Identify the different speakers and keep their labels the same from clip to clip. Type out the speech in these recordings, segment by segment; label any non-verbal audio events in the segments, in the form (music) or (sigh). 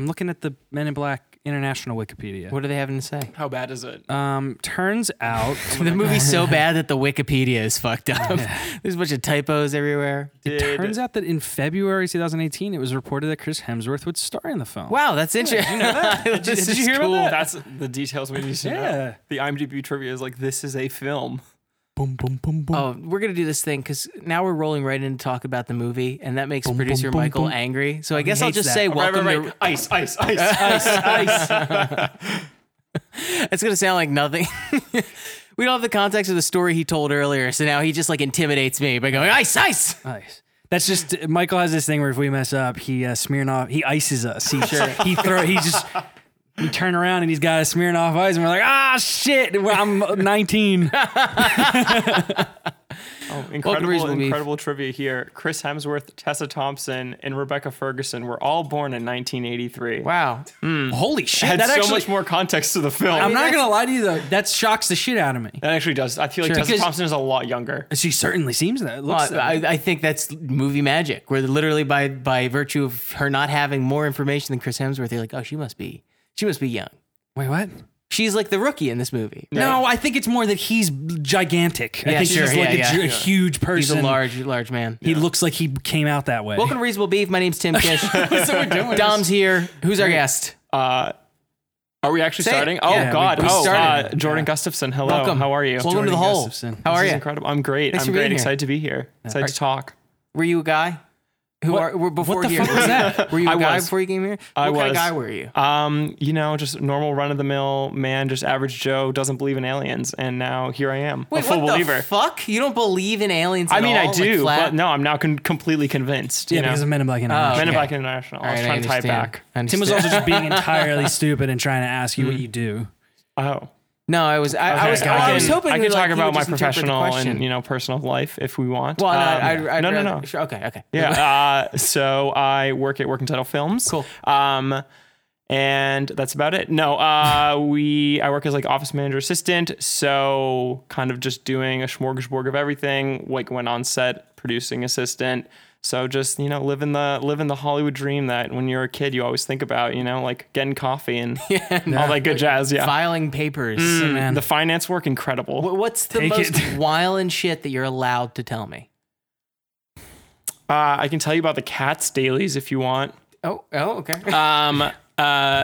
Speaker 1: looking at the Men in Black International Wikipedia.
Speaker 2: What are they having to say?
Speaker 3: How bad is it?
Speaker 1: Um, turns out
Speaker 2: the movie's so bad that the Wikipedia is fucked up. (laughs) There's a bunch of typos everywhere.
Speaker 3: Did-
Speaker 1: Turns out that in February 2018, it was reported that Chris Hemsworth would star in the film.
Speaker 2: Wow, that's interesting. (laughs)
Speaker 3: Did-
Speaker 2: This
Speaker 3: did you
Speaker 2: is
Speaker 3: hear
Speaker 2: cool.
Speaker 3: about that? That's the details we need to know.
Speaker 1: Yeah.
Speaker 3: The IMDb trivia is like this is a film.
Speaker 1: Boom, boom, boom, boom.
Speaker 2: Oh, we're gonna do this thing because now we're rolling right in to talk about the movie, and that makes producer
Speaker 1: boom,
Speaker 2: Michael
Speaker 1: boom.
Speaker 2: angry. So I guess I'll
Speaker 1: hates
Speaker 2: just
Speaker 1: that.
Speaker 2: say
Speaker 1: Right,
Speaker 2: welcome
Speaker 3: right, right, right. Ice, ice, ice, ice, ice.
Speaker 2: to. It's gonna sound like nothing. (laughs) we don't have the context of the story he told earlier, so now he just like intimidates me by going ice, ice.
Speaker 1: Nice. That's just Michael has this thing where if we mess up, he uh, Smirnoff, he ices us. He sure. he throw. He just we turn around and he's got a Smirnoff ice, and we're like, ah, shit. Well, I'm 19.
Speaker 3: (laughs) Incredible,
Speaker 2: Reasonable Beef.
Speaker 3: incredible trivia here. Chris Hemsworth, Tessa Thompson, and Rebecca Ferguson were all born in 1983.
Speaker 2: Wow.
Speaker 1: Holy shit.
Speaker 3: Had
Speaker 1: that
Speaker 3: so
Speaker 1: actually.
Speaker 3: much more context to the film.
Speaker 1: I'm not gonna lie to you though. That shocks the shit out of me.
Speaker 3: that actually does. I feel like Tessa
Speaker 2: Because-
Speaker 3: Thompson is a lot younger.
Speaker 1: She certainly seems that. It
Speaker 2: Well,
Speaker 1: looks. that
Speaker 2: I, I think that's movie magic, where literally by by virtue of her not having more information than Chris Hemsworth, you're like, oh, she must be she must be young.
Speaker 1: Wait, what?
Speaker 2: She's like the rookie in this movie.
Speaker 1: No, I think it's more that he's gigantic. I
Speaker 2: Yeah,
Speaker 1: think
Speaker 2: sure,
Speaker 1: he's like
Speaker 2: yeah,
Speaker 1: a,
Speaker 2: yeah.
Speaker 1: ju- a
Speaker 2: Yeah.
Speaker 1: huge
Speaker 2: He's
Speaker 1: person.
Speaker 2: a large, large man.
Speaker 1: He looks like he came out that way.
Speaker 2: (laughs) Welcome to Reasonable Beef. My name's
Speaker 3: (laughs)
Speaker 2: Tim Kish. Dom's here. Who's our guest?
Speaker 3: Uh, are we actually
Speaker 2: Say it.
Speaker 3: starting? Oh
Speaker 2: Yeah, we-
Speaker 3: God!
Speaker 2: we
Speaker 3: oh, uh,
Speaker 2: started.
Speaker 3: Jordan Gustafson. Hello.
Speaker 2: Welcome.
Speaker 3: Oh, How are you?
Speaker 2: Welcome to
Speaker 1: Jordan
Speaker 2: the hole.
Speaker 1: Gustafson.
Speaker 2: How
Speaker 3: This
Speaker 2: are
Speaker 3: is
Speaker 2: you?
Speaker 3: incredible. I'm great.
Speaker 2: Thanks
Speaker 3: I'm
Speaker 2: for being
Speaker 3: great.
Speaker 2: here.
Speaker 3: Excited to be here. Excited to talk.
Speaker 2: Were you a guy? Who
Speaker 1: What-
Speaker 2: are were before
Speaker 1: the
Speaker 2: here?
Speaker 1: fuck was that?
Speaker 2: (laughs) Were you a
Speaker 3: I
Speaker 2: guy
Speaker 3: was.
Speaker 2: before you came here? What
Speaker 3: I
Speaker 2: kind of
Speaker 3: was.
Speaker 2: guy were you?
Speaker 3: Um, you know, just normal run of the mill man, just average Joe doesn't believe in aliens, and now here I am, a
Speaker 2: Wait,
Speaker 3: full
Speaker 2: what
Speaker 3: believer.
Speaker 2: the fuck? You don't believe in aliens?
Speaker 3: I
Speaker 2: at
Speaker 3: mean, I
Speaker 2: all?
Speaker 3: do,
Speaker 2: like, flat?
Speaker 3: but no, I'm now con- completely convinced. You
Speaker 1: yeah,
Speaker 3: know,
Speaker 1: because of Men in Black International.
Speaker 3: Men in
Speaker 2: okay.
Speaker 3: Black International. I
Speaker 2: All
Speaker 3: was
Speaker 2: right,
Speaker 3: trying to tie it
Speaker 2: understand.
Speaker 3: back.
Speaker 2: I
Speaker 1: Tim was (laughs)
Speaker 2: understand.
Speaker 1: also just being entirely stupid and trying to ask you what you do.
Speaker 3: Oh,
Speaker 2: no, I was. I, I was.
Speaker 3: Okay,
Speaker 2: I,
Speaker 3: can-
Speaker 2: was hoping
Speaker 3: I
Speaker 2: we,
Speaker 3: can
Speaker 2: like,
Speaker 3: talk
Speaker 2: you
Speaker 3: about
Speaker 2: would
Speaker 3: my
Speaker 2: just interpret the
Speaker 3: professional
Speaker 2: question.
Speaker 3: and you know personal life if we want.
Speaker 2: Well, no,
Speaker 3: Um,
Speaker 2: I'd, I'd
Speaker 3: no, no,
Speaker 2: rather-
Speaker 3: no.
Speaker 2: Sure, okay, okay.
Speaker 3: Yeah. uh, so I work at Working Title Films.
Speaker 2: Cool.
Speaker 3: Um, and that's about it. No, uh, we I work as like office manager assistant, so kind of just doing a smorgasbord of everything. Like when on set, producing assistant. So just you know, living the living the Hollywood dream that when you're a kid you always think about. You know, like getting coffee and
Speaker 2: (laughs)
Speaker 3: all that good jazz. Yeah.
Speaker 2: Filing papers.
Speaker 1: man.
Speaker 3: The finance work incredible.
Speaker 2: Mm. Wh- What's the
Speaker 1: Take
Speaker 2: most (laughs)
Speaker 1: it.
Speaker 2: wild and shit that you're allowed to tell me?
Speaker 3: Uh, I can tell you about the cats dailies if you want.
Speaker 2: Oh, (laughs) oh, okay.
Speaker 3: Um, uh,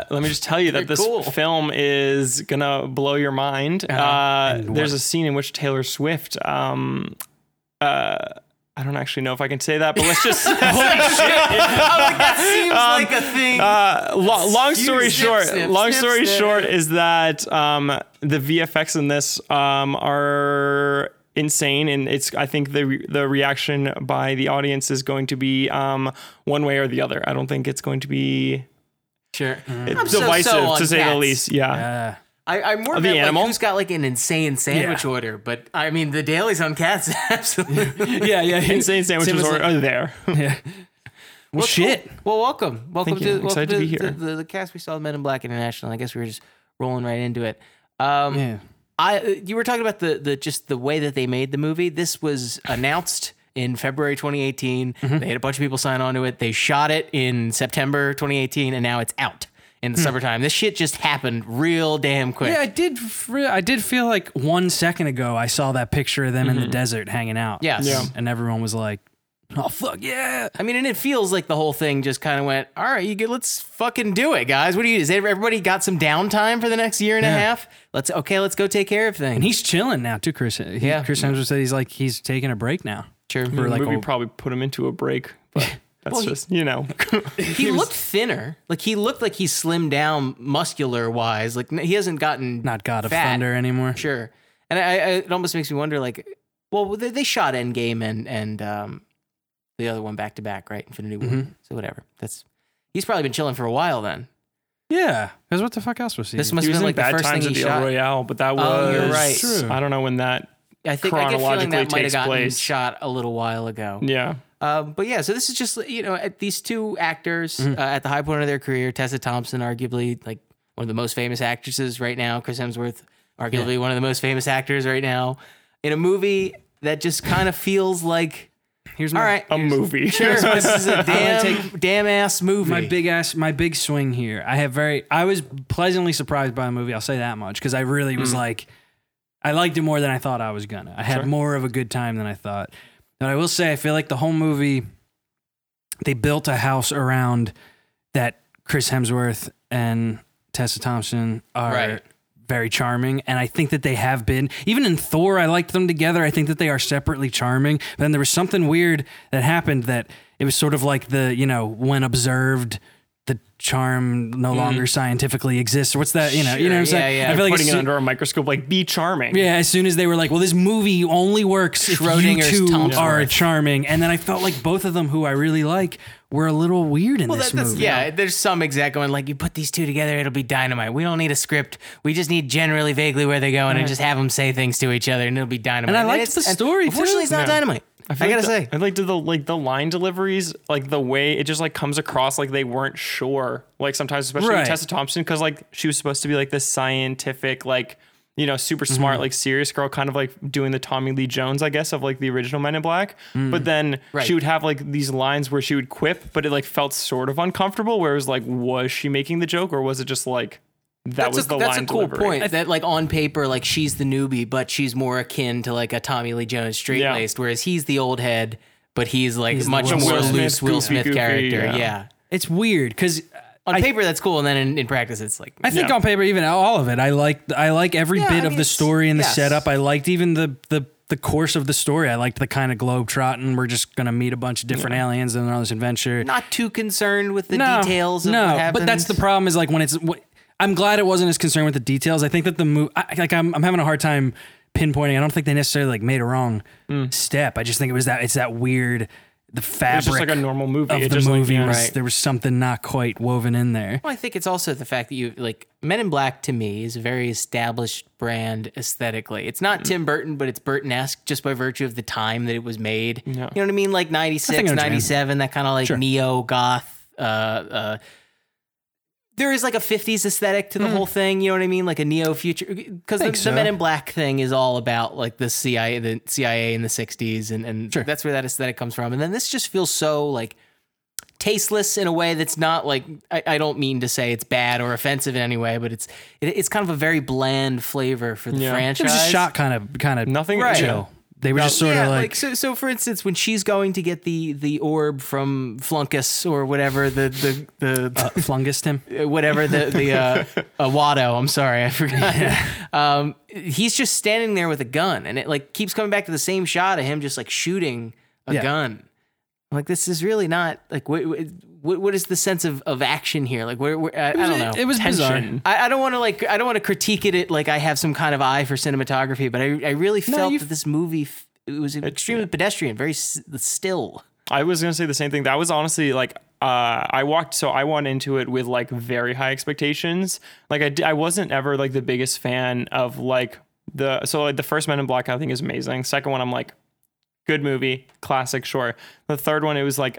Speaker 3: let me just tell you that this
Speaker 2: Cool. Uh-huh.
Speaker 3: film is gonna blow your mind. Uh, there's a scene in which Taylor Swift. Um, uh, I don't actually know if I can say that, but
Speaker 2: (laughs)
Speaker 3: let's just.
Speaker 2: Seems like a thing.
Speaker 3: Uh, lo- long story
Speaker 2: Snip,
Speaker 3: short,
Speaker 2: snip,
Speaker 3: long
Speaker 2: snip,
Speaker 3: story
Speaker 2: snip.
Speaker 3: short is that um, the VFX in this um, are insane, and it's I think the re- the reaction by the audience is going to be um, one way or the other. I don't think it's going to be
Speaker 2: sure. Mm. so-so
Speaker 3: divisive
Speaker 2: on
Speaker 3: to say the
Speaker 2: cats.
Speaker 3: least. Yeah.
Speaker 1: Uh,
Speaker 2: I, I'm more
Speaker 3: Of
Speaker 2: the
Speaker 3: the
Speaker 2: about
Speaker 3: animal?
Speaker 2: like who's got like an insane sandwich
Speaker 1: Yeah.
Speaker 2: order, but I mean the dailies on cats (laughs) absolutely.
Speaker 1: yeah, yeah.
Speaker 3: Insane sandwiches are, are (laughs) there.
Speaker 1: well, shit.
Speaker 2: Well, welcome, welcome
Speaker 3: Thank
Speaker 2: to
Speaker 3: you.
Speaker 2: welcome
Speaker 3: Excited to be here.
Speaker 2: The, the, the cast we saw Men in Black International. I guess we were just rolling right into it. Um,
Speaker 1: Yeah.
Speaker 2: I you were talking about the the just the way that they made the movie. This was announced. In February 2018,
Speaker 3: Mm-hmm.
Speaker 2: they had a bunch of people sign on to it. They shot it in September 2018, and now it's out in
Speaker 3: Hmm.
Speaker 2: the summertime. This shit just happened real damn quick.
Speaker 1: Yeah, I did. f- re- I did feel like one second ago I saw that picture of them in the desert hanging out.
Speaker 2: Yes. Yeah.
Speaker 1: and everyone was like, "Oh fuck yeah!"
Speaker 2: I mean, and it feels like the whole thing just kind of went, all right, you get, let's fucking do it, guys. What do you, is everybody got some downtime for the next year and a half? Let's, okay, let's go take care of things.
Speaker 1: And he's chilling now too. Chris, he,
Speaker 2: Yeah.
Speaker 1: Chris Hemsworth said he's like he's taking a break now.
Speaker 2: Sure.
Speaker 1: For like
Speaker 3: the movie
Speaker 1: a-
Speaker 3: probably put him into a break,
Speaker 2: (laughs)
Speaker 3: but that's
Speaker 2: he-
Speaker 3: just you know. (laughs)
Speaker 2: he looked thinner. Like he looked like he slimmed down muscular wise. Like n- he hasn't gotten
Speaker 1: not God of
Speaker 2: fat.
Speaker 1: Thunder anymore.
Speaker 2: Sure. And I, I, it almost makes me wonder, like, well, they, they shot Endgame and, and, um, the other one back to back, right? Infinity War.
Speaker 3: Mm-hmm.
Speaker 2: So whatever. That's, he's probably been chilling for a while then.
Speaker 1: Yeah, because what the fuck else was he?
Speaker 2: This
Speaker 1: in?
Speaker 2: must
Speaker 3: He
Speaker 2: have
Speaker 3: was
Speaker 2: been like
Speaker 3: in
Speaker 2: the
Speaker 3: Bad
Speaker 2: first
Speaker 3: Times
Speaker 2: thing
Speaker 3: at
Speaker 2: he
Speaker 3: the
Speaker 2: shot.
Speaker 3: El Royale, but that was
Speaker 2: Oh, you're right.
Speaker 1: True.
Speaker 3: I don't know when that.
Speaker 2: I think I get a feeling
Speaker 3: chronologically
Speaker 2: that might have
Speaker 3: takes
Speaker 2: gotten
Speaker 3: place.
Speaker 2: shot a little while ago.
Speaker 3: Yeah,
Speaker 2: Um, but yeah, so this is just you know at these two actors
Speaker 1: Mm-hmm.
Speaker 2: uh, at the high point of their career, Tessa Thompson, arguably like one of the most famous actresses right now, Chris Hemsworth,
Speaker 1: (laughs)
Speaker 2: arguably one of the most famous actors right now, in a movie that just kind of feels like
Speaker 1: Here's my
Speaker 2: All right.
Speaker 3: a
Speaker 2: (laughs)
Speaker 3: movie.
Speaker 1: (laughs)
Speaker 2: Sure. This is a damn,
Speaker 1: take
Speaker 2: damn ass movie.
Speaker 1: my big ass my big swing here. I have very I was pleasantly surprised by the movie. I'll say that much because I really was like I liked it more than I thought I was gonna. I had more of a good time than I thought. But I will say I feel like the whole movie they built a house around that Chris Hemsworth and Tessa Thompson are
Speaker 2: Right.
Speaker 1: very charming and I think that they have been even in Thor I liked them together I think that they are separately charming but then there was something weird that happened that it was sort of like the you know when observed the charm no longer scientifically exists what's that you know you know what I'm
Speaker 2: Hmm. Sure, yeah,
Speaker 1: saying
Speaker 2: yeah.
Speaker 1: I feel like
Speaker 3: Putting
Speaker 1: as
Speaker 3: it
Speaker 1: soo-
Speaker 3: under a microscope, like be charming.
Speaker 1: yeah, as soon as they were like, "Well, this movie only works if you
Speaker 2: Schrodinger's
Speaker 1: two
Speaker 2: Tom's
Speaker 1: are
Speaker 2: worth.
Speaker 1: charming," and then I felt like both of them, who I really like, were a little weird in
Speaker 2: Well,
Speaker 1: this
Speaker 2: that- that's-
Speaker 1: movie.
Speaker 2: yeah, there's some exact going like you put these two together, it'll be dynamite. We don't need a script. We just need generally vaguely where they're going and just have them say things to each other, and it'll be dynamite.
Speaker 1: And I liked
Speaker 2: it's-
Speaker 1: the story, too.
Speaker 2: Unfortunately, it's not
Speaker 3: Yeah.
Speaker 2: dynamite. I,
Speaker 3: feel
Speaker 2: gotta
Speaker 3: like
Speaker 2: say,
Speaker 3: the- I like to the like the line deliveries, like the way it just like comes across like they weren't sure. Like sometimes, especially with
Speaker 1: Right.
Speaker 3: Tessa Thompson, because like she was supposed to be like this scientific, like you know, super
Speaker 2: Mm-hmm.
Speaker 3: smart, like serious girl, kind of like doing the Tommy Lee Jones, I guess, of like the original Men in Black. But then
Speaker 2: Mm. Right.
Speaker 3: she would have like these lines where she would quip, but it like felt sort of uncomfortable. Where it was like, was she making the joke, or was it just like that was
Speaker 2: a,
Speaker 3: the
Speaker 2: that's
Speaker 3: line
Speaker 2: a cool
Speaker 3: delivery?
Speaker 2: point. that like on paper, like she's the newbie, but she's more akin to like a Tommy Lee Jones straight laced, whereas he's the old head, but he's like
Speaker 1: the
Speaker 2: much
Speaker 1: Will
Speaker 2: more
Speaker 1: Smith,
Speaker 2: loose Will
Speaker 3: goofy,
Speaker 2: Smith
Speaker 3: goofy,
Speaker 2: character.
Speaker 3: yeah.
Speaker 2: Yeah.
Speaker 1: it's weird because
Speaker 2: On paper, that's cool, and then in, in practice, it's like
Speaker 1: I think
Speaker 3: Yeah.
Speaker 1: on paper, even all of it, I like I like every
Speaker 2: Yeah,
Speaker 1: bit
Speaker 2: I
Speaker 1: of
Speaker 2: mean,
Speaker 1: the
Speaker 2: it's-
Speaker 1: story and the
Speaker 2: yes.
Speaker 1: setup. I liked even the the the course of the story. I liked the kind of globe trotting. We're just gonna meet a bunch of different aliens and they're on this adventure.
Speaker 2: not too concerned with the details. Of
Speaker 1: no,
Speaker 2: what
Speaker 1: but
Speaker 2: happened.
Speaker 1: that's the problem. Is like when it's. wh- I'm glad it wasn't as concerned with the details. I think that the movie, like I'm, I'm having a hard time pinpointing. I don't think they necessarily like made a wrong step. I just think it was that it's that weird the fabric
Speaker 3: It's Hmm. just like a normal movie.
Speaker 1: of
Speaker 3: It
Speaker 1: the
Speaker 3: just, like,
Speaker 1: movie.
Speaker 3: yeah.
Speaker 1: was, There was something not quite woven in there.
Speaker 2: Well, I think it's also the fact that you like Men in Black to me is a very established brand aesthetically. It's
Speaker 1: Mm.
Speaker 2: not Tim Burton, but it's Burton esque just by virtue of the time that it was made. You know what I mean? Like 96,
Speaker 1: I understand.
Speaker 2: 97, that kind of like neo goth. Uh, uh, there is like a 50s aesthetic to the whole thing. You know what I mean? Like a neo future. Because
Speaker 1: Mm.
Speaker 2: the,
Speaker 1: Think
Speaker 2: the
Speaker 1: so.
Speaker 2: Men in Black thing is all about like the CIA, the CIA in the 60s. And, and that's where that aesthetic comes from. And then this just feels so like tasteless in a way that's not like I, I don't mean to say it's bad or offensive in any way, but it's it, it's kind of a very bland flavor for the
Speaker 3: Yeah.
Speaker 1: It was
Speaker 2: franchise.
Speaker 1: just shot kind of kind of
Speaker 3: Nothing.
Speaker 2: Right.
Speaker 3: yeah.
Speaker 1: chill. They were just sort
Speaker 2: yeah,
Speaker 1: of
Speaker 2: like,
Speaker 1: like,
Speaker 2: so. So for instance, when she's going to get the the orb from Flunkus or whatever the the the
Speaker 1: uh, flungused
Speaker 3: (laughs)
Speaker 1: him.
Speaker 2: whatever the the uh,
Speaker 1: (laughs)
Speaker 2: uh, Watto. I'm sorry, I forgot. (laughs) Um, he's just standing there with a gun, and it like keeps coming back to the same shot of him just like shooting a
Speaker 1: Yeah.
Speaker 2: gun. I'm like this is really not like what what, what is the sense of, of action here? Like where, where I, I don't know.
Speaker 1: It was
Speaker 3: Tension.
Speaker 1: bizarre.
Speaker 2: I, I don't want to like I don't want to critique it, it like I have some kind of eye for cinematography, but I I really felt
Speaker 1: you-
Speaker 2: that this movie f- it was extremely pedestrian, very s- still.
Speaker 3: I was gonna say the same thing. That was honestly like uh, I walked so I went into it with like very high expectations. Like I, d- I wasn't ever like the biggest fan of like the so like the first Men in Black I think is amazing. Second one I'm like good movie, classic, sure. The third one it was like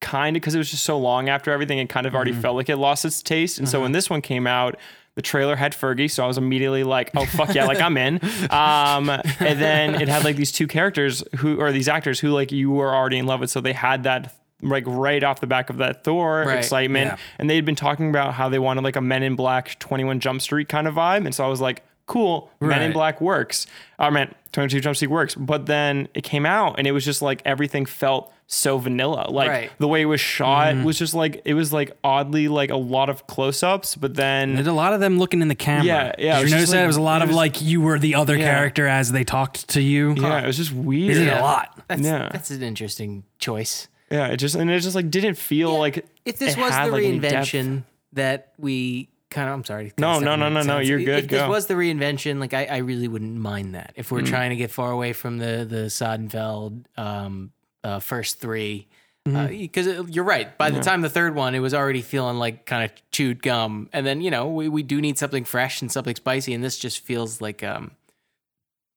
Speaker 3: kind of because it was just so long after everything, it kind of already felt like it lost its taste. And so when this one came out. The trailer had Fergie, so I was immediately like, "Oh fuck yeah, like I'm in." Um, and then it had like these two characters who, or these actors who, like you were already in love with, so they had that like right off the back of that Thor
Speaker 2: Right,
Speaker 3: excitement.
Speaker 1: yeah.
Speaker 3: And they had been talking about how they wanted like a Men in Black 21 Jump Street kind of vibe, and so I was like, "Cool,
Speaker 1: Right.
Speaker 3: Men in Black." Black works. I meant 22 Jump Street works. But then it came out and it was just like everything felt so vanilla. Like
Speaker 2: Right.
Speaker 3: the way it was shot was just like it was like oddly like a lot of close ups, but then
Speaker 1: There's a lot of them looking in the camera.
Speaker 3: Yeah, yeah, it
Speaker 1: Did
Speaker 3: was
Speaker 1: you notice
Speaker 3: just
Speaker 1: that?
Speaker 3: like-
Speaker 1: It was a lot
Speaker 3: it
Speaker 1: of
Speaker 3: was-
Speaker 1: like you were the other
Speaker 3: Yeah.
Speaker 1: character as they talked to you.
Speaker 3: yeah, it was just weird.
Speaker 1: Isn't it
Speaker 3: yeah.
Speaker 1: a lot?
Speaker 2: That's
Speaker 3: Yeah.
Speaker 2: that's an interesting choice.
Speaker 3: it just and it just like didn't feel like
Speaker 2: if this
Speaker 3: it
Speaker 2: was
Speaker 3: had,
Speaker 2: the
Speaker 3: like, any depth.
Speaker 2: reinvention that we kind of I'm sorry. Kinda
Speaker 3: No, no,
Speaker 2: stepping
Speaker 3: no,
Speaker 2: on
Speaker 3: no, no,
Speaker 2: toes.
Speaker 3: you're
Speaker 2: If-
Speaker 3: good,
Speaker 2: If this
Speaker 3: go. Mm.
Speaker 2: was the reinvention, like I, I really wouldn't mind that. If we're trying to get far away from the the Sodenfeld um, uh, first three.
Speaker 3: Mm-hmm.
Speaker 2: Because you're right. By the time the third one, it was already feeling like kind of chewed gum. And then you know we, we do need something fresh and something spicy. And this just feels like um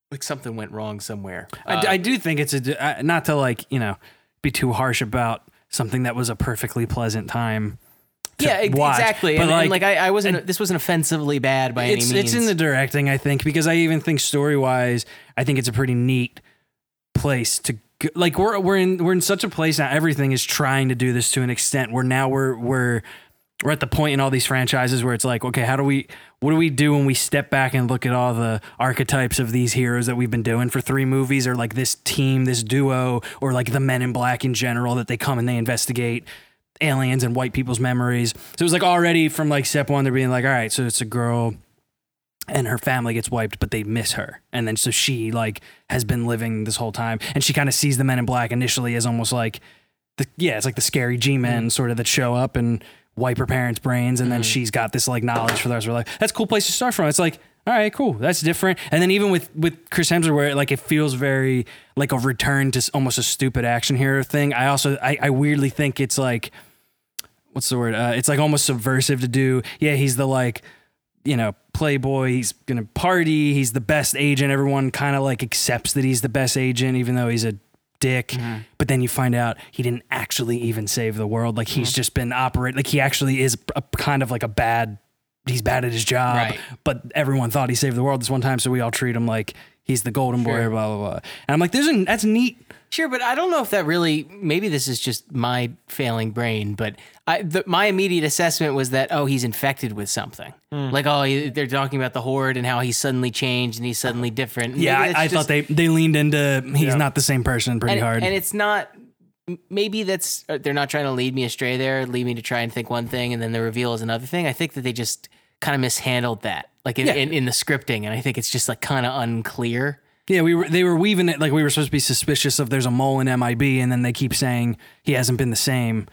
Speaker 2: like something went wrong somewhere.
Speaker 1: I,
Speaker 3: Uh,
Speaker 1: d- I do think it's a uh, not to like you know be too harsh about something that was a perfectly pleasant time. to
Speaker 2: yeah, ex-
Speaker 1: watch,
Speaker 2: exactly.
Speaker 1: But
Speaker 2: and,
Speaker 1: like,
Speaker 2: and, like I, I wasn't. this wasn't offensively bad by
Speaker 1: it's
Speaker 2: any
Speaker 1: it's in
Speaker 2: means.
Speaker 1: the directing, I think, because I even think story wise, I think it's a pretty neat place to g- like we're we're in we're in such a place now. Everything is trying to do this to an extent. Where now we're we're we're at the point in all these franchises where it's like, okay, how do we what do we do when we step back and look at all the archetypes of these heroes that we've been doing for three movies, or like this team, this duo, or like the Men in Black in general that they come and they investigate aliens and white people's memories. So it was like already from like step one, they're being like, all right, so it's a girl and her family gets wiped, but they miss her. And then so she like has been living this whole time, and she kind of sees the Men in Black initially as almost like the yeah, it's like the scary G men sort of that show up and wipe her parents' brains, and then she's got this like knowledge for the rest of her life. That's a cool place to start from. It's like. All right, cool. That's different. And then even with with Chris Hemsworth, where like it feels very like a return to s- almost a stupid action hero thing. I also I, I weirdly think it's like what's the word? Uh, it's like almost subversive to do. Yeah, he's the like, you know, playboy. He's gonna party. He's the best agent. Everyone kind of like accepts that he's the best agent, even though he's a dick.
Speaker 2: Mm-hmm.
Speaker 1: But then you find out he didn't actually even save the world. Like
Speaker 2: Mm-hmm.
Speaker 1: he's just been operating. Like he actually is a, kind of like a bad. He's bad at his job,
Speaker 2: Right.
Speaker 1: but everyone thought he saved the world this one time, so we all treat him like he's the golden boy, blah blah blah. And I'm like, there's an that's neat.
Speaker 2: Sure, but I don't know if that really. Maybe this is just my failing brain, but I, the, my immediate assessment was that oh, he's infected with something.
Speaker 1: Hmm.
Speaker 2: Like oh, he- they're talking about the horde and how he's suddenly changed and he's suddenly different.
Speaker 1: Yeah,
Speaker 2: Maybe that's
Speaker 1: I, I
Speaker 2: just-
Speaker 1: thought they they leaned into he's not the same person pretty
Speaker 2: and,
Speaker 1: hard.
Speaker 2: and it's not. m- Maybe that's uh, they're not trying to lead me astray. There, lead me to try and think one thing, and then the reveal is another thing. I think that they just kind of mishandled that, like in, in, in the scripting, and I think it's just like kind of unclear.
Speaker 1: Yeah, we were they were weaving it like we were supposed to be suspicious of there's a mole in MIB, and then they keep saying he hasn't been the same.